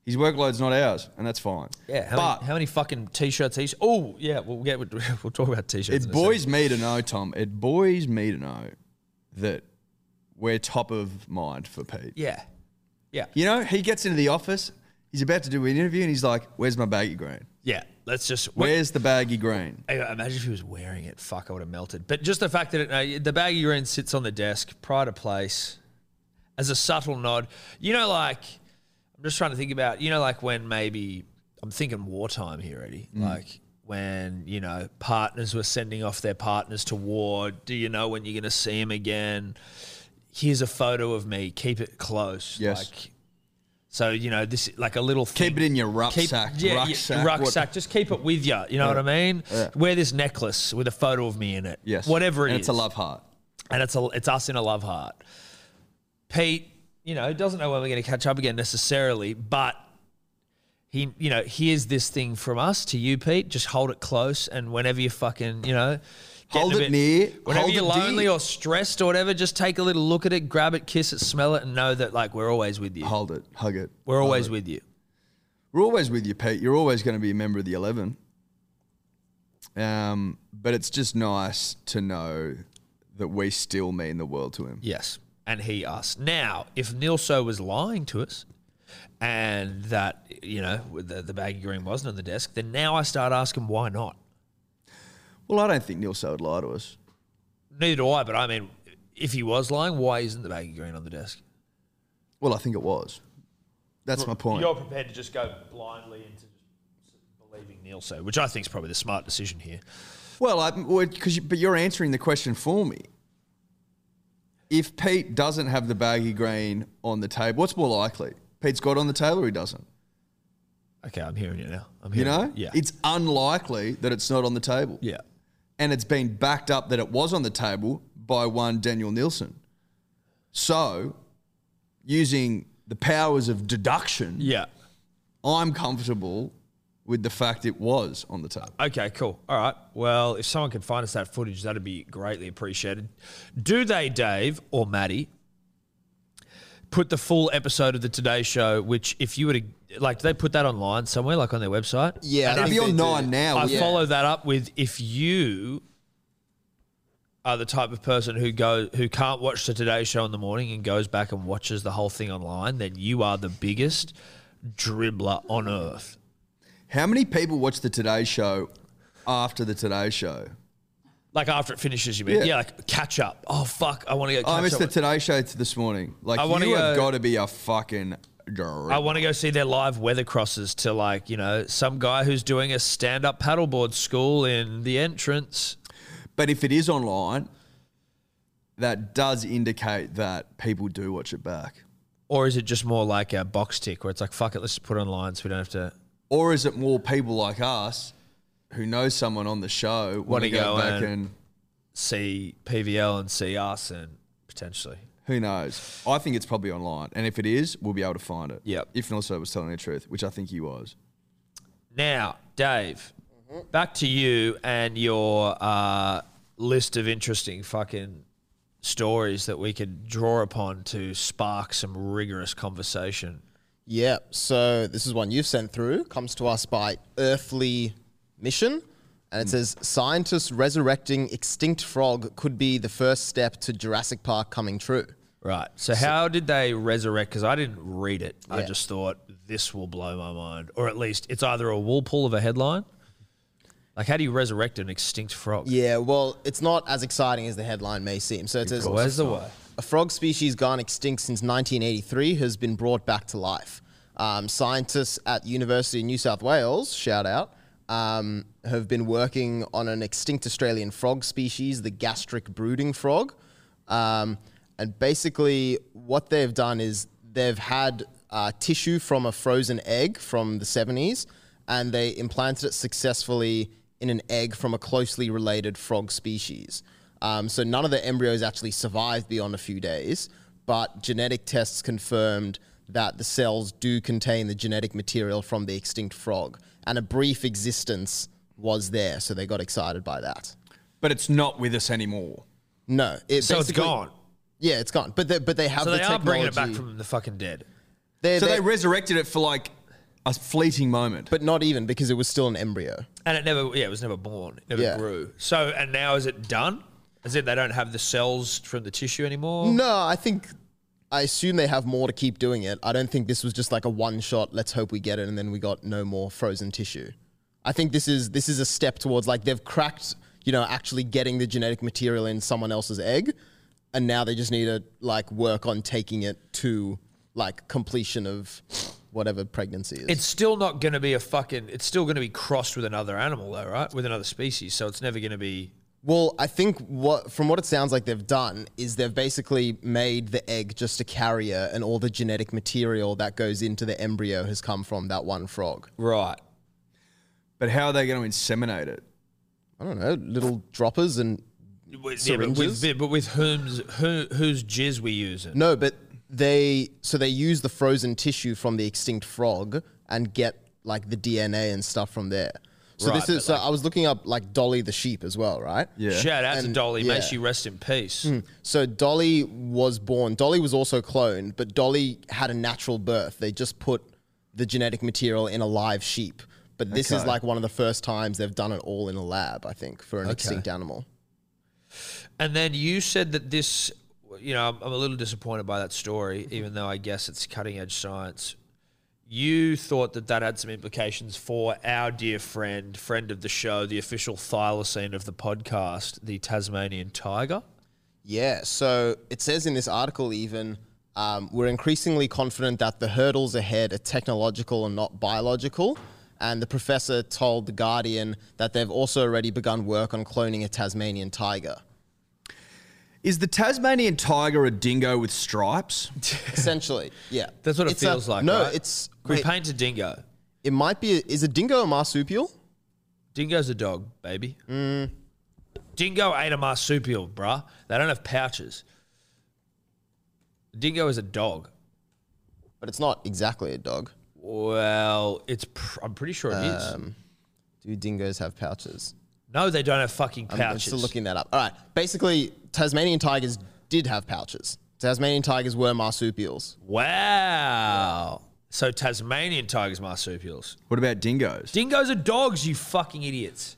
Speaker 3: His workload's not ours, and that's fine.
Speaker 2: Yeah, how,
Speaker 3: but
Speaker 2: many, how many fucking t-shirts he's? Oh, yeah, we'll get we'll talk about t-shirts.
Speaker 3: it buoys me to know, Tom. It buoys me to know that we're top of mind for Pete.
Speaker 2: Yeah, yeah,
Speaker 3: You know, he gets into the office. He's about to do an interview, and he's like, "Where's my baggy green?
Speaker 2: yeah. Let's just wait.
Speaker 3: Where's the baggy green?"
Speaker 2: Hey, Imagine if he was wearing it. Fuck, I would have melted. But just the fact that it, uh, the baggy urine sits on the desk, prior to place, as a subtle nod. You know, like I'm just trying to think about. You know, like when maybe I'm thinking wartime here, Eddie.
Speaker 3: Mm.
Speaker 2: Like when you know partners were sending off their partners to war. Do you know when you're going to see him again? Here's a photo of me. Keep it close.
Speaker 3: Yes.
Speaker 2: Like, so you know this, like a little. Thing.
Speaker 3: Keep it in your rucksack.
Speaker 2: Keep, yeah, yeah,
Speaker 3: rucksack. what-
Speaker 2: rucksack. Just keep it with you. You know what I mean? Wear this necklace with a photo of me in it.
Speaker 3: Yes.
Speaker 2: Whatever it
Speaker 3: and
Speaker 2: is.
Speaker 3: It's a love heart.
Speaker 2: And it's a, it's us in a love heart. Pete, you know, doesn't know when we're going to catch up again necessarily, but he, you know, here's this thing from us to you, Pete. Just hold it close, and whenever you fucking, you know. getting
Speaker 3: Hold
Speaker 2: a
Speaker 3: it near,
Speaker 2: Whenever
Speaker 3: hold
Speaker 2: you're
Speaker 3: it dear.
Speaker 2: lonely or stressed or whatever, just take a little look at it, grab it, kiss it, smell it, and know that like we're always with you.
Speaker 3: Hold it. Hug it.
Speaker 2: We're always with you.
Speaker 3: We're always with you, Pete. You're always going to be a member of the 11. Um, but it's just nice to know that we still mean the world to him.
Speaker 2: Yes. And he us. Now, if Nilso was lying to us and that, you know, the, the baggy green wasn't on the desk, then now I start asking why not.
Speaker 3: Well, I don't think Neil So would lie to us.
Speaker 2: Neither do I, but I mean, if he was lying, why isn't the baggy green on the desk?
Speaker 3: Well, I think it was. That's my point.
Speaker 2: You're prepared to just go blindly into believing Nilso, which I think is probably the smart decision here.
Speaker 3: Well, I, well, 'cause you, but you're answering the question for me. If Pete doesn't have the baggy green on the table, what's more likely? Pete's got it on the table or he doesn't?
Speaker 2: Okay, I'm hearing you now. I'm
Speaker 3: You
Speaker 2: hearing
Speaker 3: know?
Speaker 2: Yeah.
Speaker 3: It's unlikely that it's not on the table.
Speaker 2: yeah.
Speaker 3: and it's been backed up that it was on the table by one Daniel Nielsen. So, using the powers of deduction,
Speaker 2: Yeah.
Speaker 3: I'm comfortable with the fact it was on the table.
Speaker 2: Okay, cool. All right. Well, if someone could find us that footage, that'd be greatly appreciated. Do they, Dave or Maddie, put the full episode of the Today Show, which if you were to, like, do they put that online somewhere, like on their website?
Speaker 4: Yeah,
Speaker 3: It'd
Speaker 4: I
Speaker 3: be
Speaker 4: think
Speaker 3: on
Speaker 4: they do.
Speaker 3: nine now.
Speaker 2: I
Speaker 3: wouldn't it?
Speaker 2: follow that up with if you are the type of person who go who can't watch the Today Show in the morning and goes back and watches the whole thing online, then you are the biggest dribbler on earth.
Speaker 3: How many people watch the Today Show after the Today Show.
Speaker 2: Like after it finishes, you mean? Yeah,
Speaker 3: Yeah.
Speaker 2: like catch up. Oh fuck, I want to go. Catch
Speaker 3: I missed
Speaker 2: up
Speaker 3: the
Speaker 2: with-
Speaker 3: Today Show t- this morning. Like
Speaker 2: I wanna
Speaker 3: you have
Speaker 2: go-
Speaker 3: got to be a fucking. dork.
Speaker 2: I want to go see their live weather crosses to like you know some guy who's doing a stand up paddleboard school in the entrance.
Speaker 3: But if it is online, that does indicate that people do watch it back.
Speaker 2: Or is it just more like a box tick where it's like, fuck it, let's just put it online so we don't have to.
Speaker 3: Or is it more people like us who know someone on the show want
Speaker 2: Wanna
Speaker 3: to go
Speaker 2: go
Speaker 3: back
Speaker 2: and-
Speaker 3: and
Speaker 2: see PVL and see us and potentially.
Speaker 3: who knows? I think it's probably online. And if it is, we'll be able to find it.
Speaker 2: Yep.
Speaker 3: If Norso was telling the truth, which I think he was.
Speaker 2: Now, Dave, back to you and your uh, list of interesting fucking stories that we could draw upon to spark some rigorous conversation.
Speaker 4: Yeah. So this is one you've sent through. Comes to us by Earthly Mission. And it says scientists resurrecting extinct frog could be the first step to Jurassic Park coming true.
Speaker 2: Right. So, how did they resurrect? Because I didn't read it. I
Speaker 4: Yeah.
Speaker 2: just thought this will blow my mind, or at least it's either a wool pull of a headline. Like, how do you resurrect an extinct frog?
Speaker 4: Yeah, well, it's not as exciting as the headline may seem. So it says
Speaker 2: Where's the way?
Speaker 4: A frog species gone extinct since 1983 has been brought back to life. Um, scientists at University of New South Wales, shout out, um, have been working on an extinct Australian frog species, the gastric brooding frog. Um, and basically, what they've done is they've had uh, tissue from a frozen egg from the 70s, and they implanted it successfully in an egg from a closely related frog species. Um, so none of the embryos actually survived beyond a few days, but genetic tests confirmed that the cells do contain the genetic material from the extinct frog, and a brief existence was there, so they got excited by that.
Speaker 3: But it's not with us anymore.
Speaker 4: No, it
Speaker 2: So it's
Speaker 4: basically-
Speaker 2: gone.
Speaker 4: Yeah, it's gone. But they, but they have
Speaker 2: So
Speaker 4: the
Speaker 2: they are
Speaker 4: technology.
Speaker 2: bringing it back from the fucking dead.
Speaker 4: They're-
Speaker 3: So they
Speaker 4: they're-
Speaker 3: resurrected it for like a fleeting moment.
Speaker 4: but not even because it was still an embryo.
Speaker 2: And it never, yeah, it was never born. It never
Speaker 4: Yeah.
Speaker 2: grew. So, and now is it done? As if they don't have the cells from the tissue anymore?
Speaker 4: No, I think I assume they have more to keep doing it. I don't think this was just like a one shot. Let's hope we get it, and then we got no more frozen tissue. I think this is this is a step towards like they've cracked, you know, actually getting the genetic material in someone else's egg, and now they just need to like work on taking it to like completion of whatever pregnancy is.
Speaker 2: It's still not going to be a fucking, it's still going to be crossed with another animal, though, right? With another species. So it's never going to be.
Speaker 4: Well, I think what from what it sounds like they've done is they've basically made the egg just a carrier, and all the genetic material that goes into the embryo has come from that one frog.
Speaker 2: Right.
Speaker 3: But how are they going to inseminate it?
Speaker 4: I don't know, little droppers and
Speaker 2: With, yeah, but,
Speaker 4: Syringes?
Speaker 2: with, but with whom's, who, whose jizz we using?
Speaker 4: no, but they so they use the frozen tissue from the extinct frog and get like the DNA and stuff from there. So
Speaker 2: Right,
Speaker 4: this is so I was looking up like Dolly the sheep as well, right?
Speaker 3: Yeah.
Speaker 2: Shout out to
Speaker 4: And-
Speaker 2: Dolly.
Speaker 4: yeah. Hmm.
Speaker 2: May she rest in peace.
Speaker 4: So Dolly was born. Dolly was also cloned, but Dolly had a natural birth. They just put the genetic material in a live sheep. But this is
Speaker 3: Okay.
Speaker 4: like one of the first times they've done it all in a lab, I think, for an extinct animal.
Speaker 2: And then you said that this, you know, I'm, I'm a little disappointed by that story,
Speaker 4: Mm-hmm.
Speaker 2: even though I guess it's cutting edge science. You thought that that had some implications for our dear friend, friend of the show, the official thylacine of the podcast, the Tasmanian tiger.
Speaker 4: Yeah. So it says in this article, even um, we're increasingly confident that the hurdles ahead are technological and not biological. And the professor told The Guardian that they've also already begun work on cloning a Tasmanian tiger.
Speaker 3: Is the Tasmanian tiger a dingo with *laughs* stripes?
Speaker 4: Essentially, yeah.
Speaker 2: *laughs* That's what it
Speaker 4: It's a-
Speaker 2: feels like.
Speaker 4: No,
Speaker 2: right?
Speaker 4: it's.
Speaker 2: Can we
Speaker 4: wait,
Speaker 2: paint a dingo.
Speaker 4: It might be. is a dingo a marsupial?
Speaker 2: Dingo's a dog, baby.
Speaker 4: Mm.
Speaker 2: Dingo ate a marsupial, bruh. They don't have pouches. Dingo is a dog.
Speaker 4: But it's not exactly a dog.
Speaker 2: Well, it's. Pr- I'm pretty sure it is.
Speaker 4: Um, Do dingoes have pouches?
Speaker 2: No, they don't have fucking
Speaker 4: I'm- I'm
Speaker 2: pouches.
Speaker 4: still looking that up. All right. Basically, Tasmanian tigers did have pouches. Tasmanian tigers were marsupials.
Speaker 2: wow. So Tasmanian tigers marsupials.
Speaker 3: What about dingoes?
Speaker 2: Dingoes are dogs, you fucking idiots.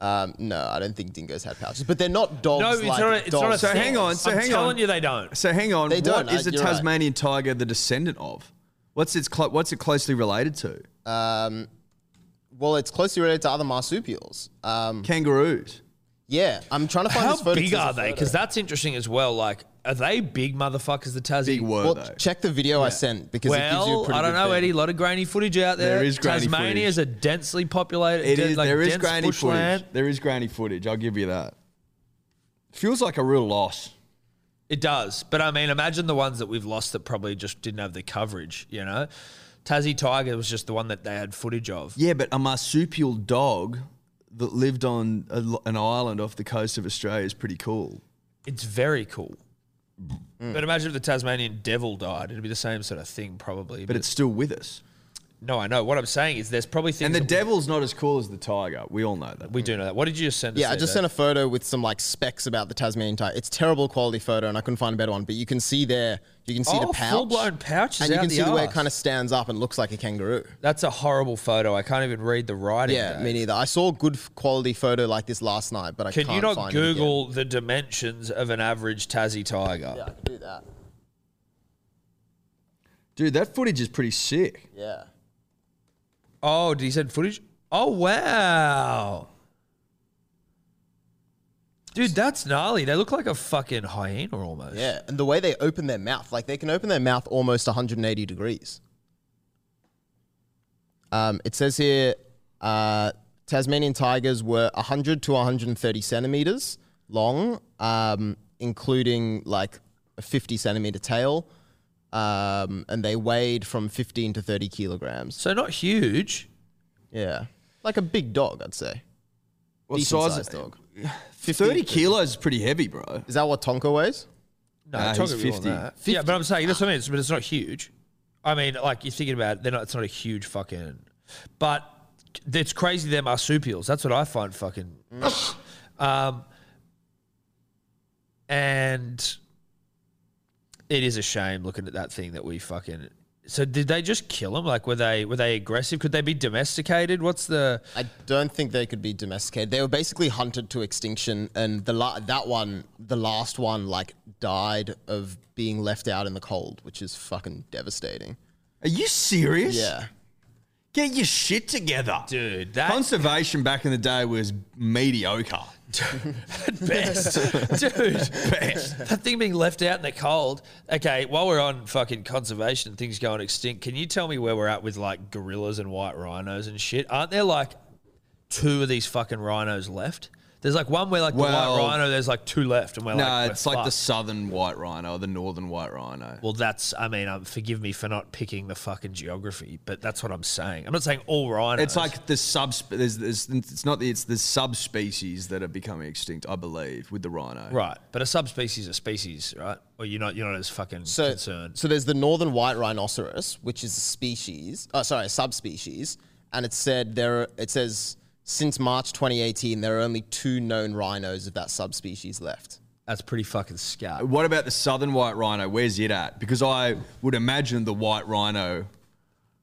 Speaker 4: Um, no, I don't think dingoes had pouches. But they're not dogs.
Speaker 2: No, it's
Speaker 4: like
Speaker 2: not. A, it's
Speaker 4: dogs.
Speaker 2: not a
Speaker 3: So
Speaker 2: thing.
Speaker 3: hang on, so
Speaker 2: I'm
Speaker 3: hang on.
Speaker 2: telling you, they don't.
Speaker 3: So hang on,
Speaker 4: They
Speaker 3: what
Speaker 4: don't, uh,
Speaker 3: is the
Speaker 4: you're right.
Speaker 3: Tasmanian tiger the descendant of? What's its clo- what's it closely related to?
Speaker 4: Um, well, it's closely related to other marsupials. Um,
Speaker 3: Kangaroos.
Speaker 4: yeah, I'm trying to find
Speaker 2: How
Speaker 4: this photo. 'cause
Speaker 2: big
Speaker 4: there's a
Speaker 2: are they?
Speaker 4: photo.
Speaker 2: Because that's interesting as well. Like, are they big motherfuckers? The Tassie.
Speaker 3: Big word
Speaker 4: Well,
Speaker 3: though.
Speaker 4: check the video I sent because it gives you a
Speaker 2: Well,
Speaker 4: pretty
Speaker 2: I don't
Speaker 4: good
Speaker 2: know,
Speaker 4: thing.
Speaker 2: Eddie. A lot of grainy footage out there.
Speaker 3: There is grainy
Speaker 2: Tasmania is a densely populated.
Speaker 3: It
Speaker 2: de-
Speaker 3: is.
Speaker 2: like
Speaker 3: there is
Speaker 2: dense
Speaker 3: grainy
Speaker 2: bushland.
Speaker 3: footage. There is grainy footage. I'll give you that. Feels like a real loss.
Speaker 2: It does, but I mean, imagine the ones that we've lost that probably just didn't have the coverage. You know, Tassie Tiger was just the one that they had footage of.
Speaker 3: Yeah, but a marsupial dog that lived on a l an island off the coast of Australia is pretty cool.
Speaker 2: It's very cool.
Speaker 4: Mm.
Speaker 2: But imagine if the Tasmanian devil died; it'd be the same sort of thing, probably.
Speaker 3: But it's still with us.
Speaker 2: no, I know what I'm saying is there's probably things
Speaker 3: And the
Speaker 2: that
Speaker 3: devil's not as cool as the tiger. We all know that.
Speaker 2: we, we do know that. What did you just send? us
Speaker 4: Yeah, I
Speaker 2: there,
Speaker 4: just
Speaker 2: Dave?
Speaker 4: sent a photo with some like specs about the Tasmanian tiger. It's terrible quality photo, and I couldn't find a better one. But you can see there, you can see
Speaker 2: Oh,
Speaker 4: the pouch,
Speaker 2: full-blown pouch is
Speaker 4: and you
Speaker 2: out
Speaker 4: can
Speaker 2: the
Speaker 4: see the way it
Speaker 2: arse.
Speaker 4: kind of stands up and looks like a kangaroo.
Speaker 2: That's a horrible photo. I can't even read the writing.
Speaker 4: Yeah,
Speaker 2: Dave.
Speaker 4: me neither. I saw a good f- quality photo like this last night, but I
Speaker 2: Can
Speaker 4: can't
Speaker 2: you not
Speaker 4: find it again.
Speaker 2: Google the dimensions of an average Tassie tiger?
Speaker 4: Yeah, I can do that.
Speaker 3: Dude, that footage is pretty sick.
Speaker 4: Yeah.
Speaker 2: Oh, did he send footage? Oh wow, dude, that's gnarly. They look like a fucking hyena almost.
Speaker 4: Yeah, and the way they open their mouth, like they can open their mouth almost 180 degrees. Um, it says here uh, Tasmanian tigers were 100 to 130 centimeters long, um, including like a 50 centimeter tail, um, and they weighed from 15 to 30 kilograms.
Speaker 2: So not huge.
Speaker 4: Yeah, like a big dog, I'd say.
Speaker 3: What
Speaker 4: Decent
Speaker 3: size?
Speaker 4: sized dog.
Speaker 3: 30 kilos is pretty heavy, bro.
Speaker 4: Is that what Tonka weighs?
Speaker 2: No,
Speaker 3: Nah,
Speaker 2: Tonga
Speaker 3: he's
Speaker 2: would want
Speaker 3: 50.
Speaker 2: that. Yeah, but I'm saying that's what I mean. It's, but it's not huge. I mean, like you're thinking about, it, they're not. It's not a huge fucking. But it's crazy. They're marsupials. That's what I find
Speaker 3: *laughs*
Speaker 2: fucking. um, and it is a shame looking at that thing that we fucking. So did they just kill them? Like were they were they aggressive? Could they be domesticated? What's the
Speaker 4: I don't think they could be domesticated. They were basically hunted to extinction, and the la- that one, the last one, like died of being left out in the cold, which is fucking devastating.
Speaker 3: Are you serious?
Speaker 4: Yeah,
Speaker 3: Get your shit together.
Speaker 2: dude? That
Speaker 3: Conservation back in the day was mediocre.
Speaker 2: best, *laughs* dude. Best. That thing being left out in the cold. Okay, while we're on fucking conservation and things going extinct, can you tell me where we're at with like gorillas and white rhinos and shit? Aren't there like two of these fucking rhinos left? There's like one where like
Speaker 3: Well-
Speaker 2: the white rhino. There's like two left, and we're
Speaker 3: No,
Speaker 2: like, we're
Speaker 3: it's like the
Speaker 2: fucked.
Speaker 3: southern white rhino, the northern white rhino.
Speaker 2: Well, that's. I mean, um, forgive me for not picking the fucking geography, but that's what I'm saying. I'm not saying all rhinos.
Speaker 3: It's like the sub. There's, there's, it's not the. It's the subspecies that are becoming extinct, I believe, with the rhino.
Speaker 2: right, but a subspecies a species, right? Or you're not. You're not as fucking
Speaker 4: so
Speaker 2: concerned.
Speaker 4: so there's the northern white rhinoceros, which is a species. Oh, sorry, a subspecies, and it said there. It says since March 2018, there are only two known rhinos of that subspecies left.
Speaker 2: That's pretty fucking scat.
Speaker 3: What about the southern white rhino? Where's it at? Because I would imagine the white rhino,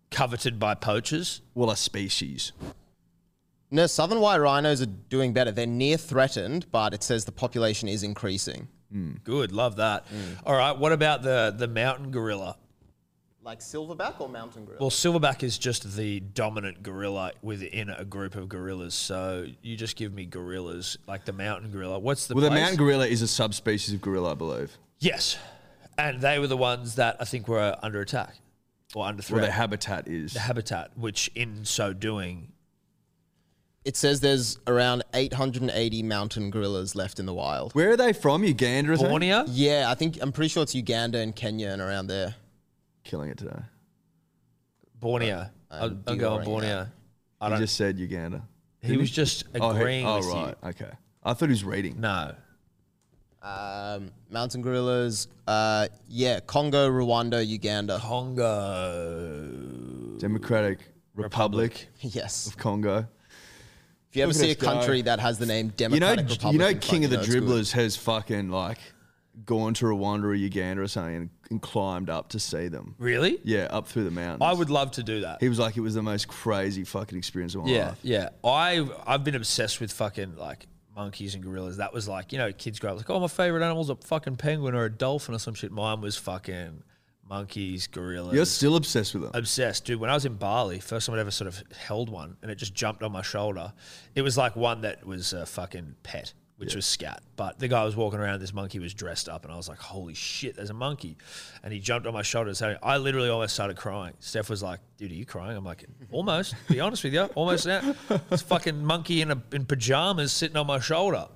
Speaker 2: Coveted by poachers.
Speaker 3: well, a species.
Speaker 4: No, southern white rhinos are doing better. They're near threatened, but it says the population is increasing.
Speaker 3: Mm.
Speaker 2: Good, love that. All right, what about the the mountain gorilla?
Speaker 4: Like silverback or mountain gorilla?
Speaker 2: Well, silverback is just the dominant gorilla within a group of gorillas. So you just give me gorillas, like the mountain gorilla. What's the
Speaker 3: Well, the
Speaker 2: place?
Speaker 3: mountain gorilla is a subspecies of gorilla, I believe.
Speaker 2: yes, and they were the ones that I think were under attack or under
Speaker 3: Well,
Speaker 2: threat.
Speaker 3: their habitat is.
Speaker 2: the habitat, which in so doing,
Speaker 4: It says there's around 880 mountain gorillas left in the wild.
Speaker 3: Where are they from? Uganda, is it?
Speaker 2: Borneo.
Speaker 4: Yeah, I think I'm pretty sure it's Uganda and Kenya and around there.
Speaker 3: Killing it today.
Speaker 2: Borneo. I'm, I'm going
Speaker 4: deoring
Speaker 2: Borneo.
Speaker 4: that.
Speaker 2: I
Speaker 3: You
Speaker 2: don't.
Speaker 3: just said Uganda.
Speaker 2: he was just
Speaker 3: Oh, he-
Speaker 2: agreeing
Speaker 3: oh
Speaker 2: with
Speaker 3: right.
Speaker 2: you.
Speaker 3: Okay. I thought he was reading.
Speaker 2: No.
Speaker 4: Um, mountain gorillas, uh, yeah, Congo, Rwanda, Uganda. *laughs*
Speaker 2: Congo.
Speaker 3: Democratic Republic,
Speaker 4: Yes.
Speaker 3: of Congo.
Speaker 4: If you ever
Speaker 3: Look at
Speaker 4: see a
Speaker 3: us go.
Speaker 4: country that has the name
Speaker 3: You know,
Speaker 4: Democratic Republic,
Speaker 3: you know,
Speaker 4: in front,
Speaker 3: King of the
Speaker 4: it's good.
Speaker 3: Dribblers has fucking like gone to Rwanda or Uganda or something and, and climbed up to see them.
Speaker 2: Really?
Speaker 3: Yeah, up through the mountains.
Speaker 2: I would love to do that.
Speaker 3: He was like, it was the most crazy fucking experience of my
Speaker 2: Yeah,
Speaker 3: life.
Speaker 2: yeah. I I've been obsessed with fucking like monkeys and gorillas. That was like you know kids grow up like oh my favorite animal's a fucking penguin or a dolphin or some shit. Mine was fucking monkeys, gorillas.
Speaker 3: You're still obsessed with them.
Speaker 2: Obsessed, dude. When I was in Bali, first time I'd ever sort of held one, and it just jumped on my shoulder. It was like one that was a fucking pet, which was scat. But the guy was walking around. This monkey was dressed up, and I was like, "Holy shit, there's a monkey!" And he jumped on my shoulder. So I literally almost started crying. Steph was like, "Dude, are you crying?" I'm like, "Almost." to be honest with you, almost now.
Speaker 4: *laughs*
Speaker 2: This fucking monkey in a, in pajamas sitting on my shoulder.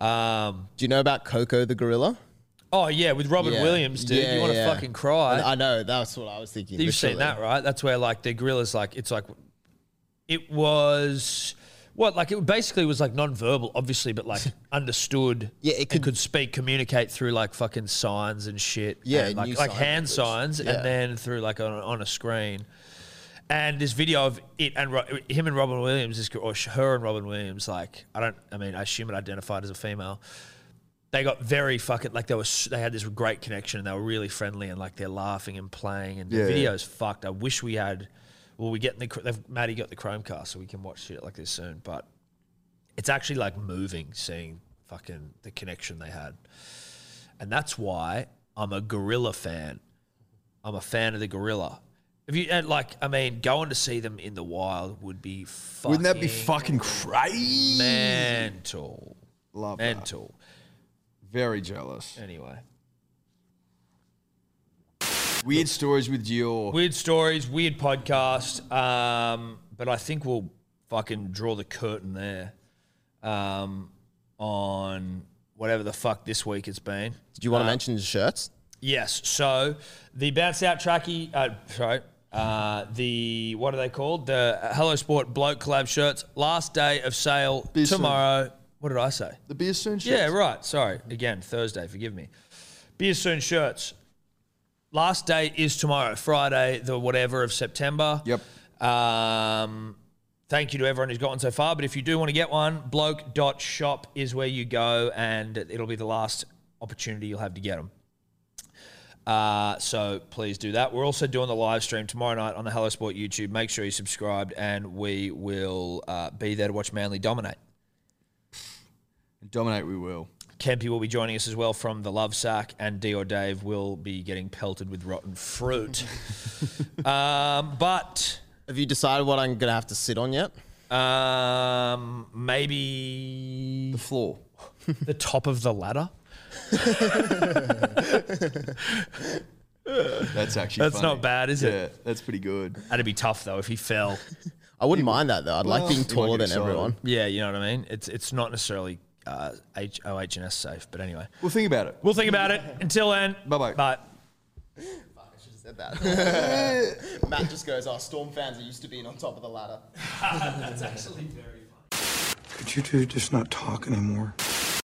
Speaker 2: Um,
Speaker 4: Do you know about Coco the gorilla?
Speaker 2: oh yeah, with Robin
Speaker 4: Yeah.
Speaker 2: Williams, dude.
Speaker 4: Yeah,
Speaker 2: you want to
Speaker 4: yeah.
Speaker 2: fucking cry?
Speaker 4: I know. That's what I was thinking.
Speaker 2: You've seen
Speaker 4: literally.
Speaker 2: that, right? That's where like the gorilla's like it's like it was what like it basically was like non-verbal, obviously, but
Speaker 4: *laughs*
Speaker 2: like understood.
Speaker 4: Yeah, it
Speaker 2: and
Speaker 4: could-
Speaker 2: could speak, communicate through like fucking signs and shit.
Speaker 4: Yeah,
Speaker 2: and,
Speaker 4: it
Speaker 2: like
Speaker 4: knew
Speaker 2: like
Speaker 4: sign
Speaker 2: hand
Speaker 4: language.
Speaker 2: signs,
Speaker 4: Yeah.
Speaker 2: and then through like on, on a screen. And this video of it and Ro- him and Robin Williams, this, or sh- her and Robin Williams, like I don't, I mean, I assume it identified as a female they got very fucking like they were s- they had this great connection and they were really friendly and like they're laughing and playing and the
Speaker 3: Yeah, yeah.
Speaker 2: video's fucked. I wish we had. Well, we get in the cr- they've, Maddie got the Chromecast so we can watch shit like this soon. But it's actually like moving seeing fucking the connection they had, and that's why I'm a gorilla fan. I'm a fan of the gorilla. If you and like, I mean, going to see them in the wild would be fucking
Speaker 3: Wouldn't that be fucking crazy?
Speaker 2: mental,
Speaker 3: Love that.
Speaker 2: mental.
Speaker 3: Very jealous.
Speaker 2: Anyway.
Speaker 3: Weird stories with Dior.
Speaker 2: Weird stories, weird podcast. Um, but I think we'll fucking draw the curtain there um, on whatever the fuck this week it's been.
Speaker 4: Did you want to mention the shirts?
Speaker 2: Yes. So the bounce out tracky, uh, sorry, uh, the what are they called? The Hello Sport bloke collab shirts. Last day of sale
Speaker 3: Business.
Speaker 2: tomorrow. What did I say?
Speaker 3: The beer soon.
Speaker 2: Yeah, right. Sorry. Again, Thursday. Forgive me. Beer soon shirts. Last day is tomorrow, Friday, the whatever of September.
Speaker 3: Yep.
Speaker 2: Um, thank you to everyone who's gotten so far. But if you do want to get one, bloke.shop is where you go, and it'll be the last opportunity you'll have to get them. Uh, so please do that. We're also doing the live stream tomorrow night on the Hello Sport YouTube. Make sure you subscribed, and we will uh, be there to watch Manly dominate.
Speaker 3: Dominate we will.
Speaker 2: Kempy will be joining us as well from the Love Sack, and D or Dave will be getting pelted with rotten *laughs* fruit. um, but
Speaker 4: Have you decided what I'm gonna have to sit on yet?
Speaker 2: um, maybe
Speaker 3: The floor.
Speaker 2: the top of the ladder.
Speaker 3: That's actually
Speaker 2: That's
Speaker 3: funny.
Speaker 2: not bad, is it?
Speaker 3: Yeah, that's pretty good.
Speaker 2: That'd be tough though if he fell.
Speaker 4: I wouldn't mind that though. I'd like
Speaker 3: Well,
Speaker 4: being
Speaker 3: you might
Speaker 4: taller
Speaker 3: get
Speaker 4: than
Speaker 3: excited.
Speaker 4: everyone.
Speaker 2: yeah, you know what I mean. It's it's not necessarily uh, H- OH&S safe, but anyway,
Speaker 3: Well, think about it.
Speaker 2: we'll think about it. Until then,
Speaker 3: Bye-bye.
Speaker 2: Bye.
Speaker 4: Said that. *laughs* Matt just goes, "Oh, Storm fans are used to being on top of the ladder."
Speaker 5: Could you two just not talk anymore?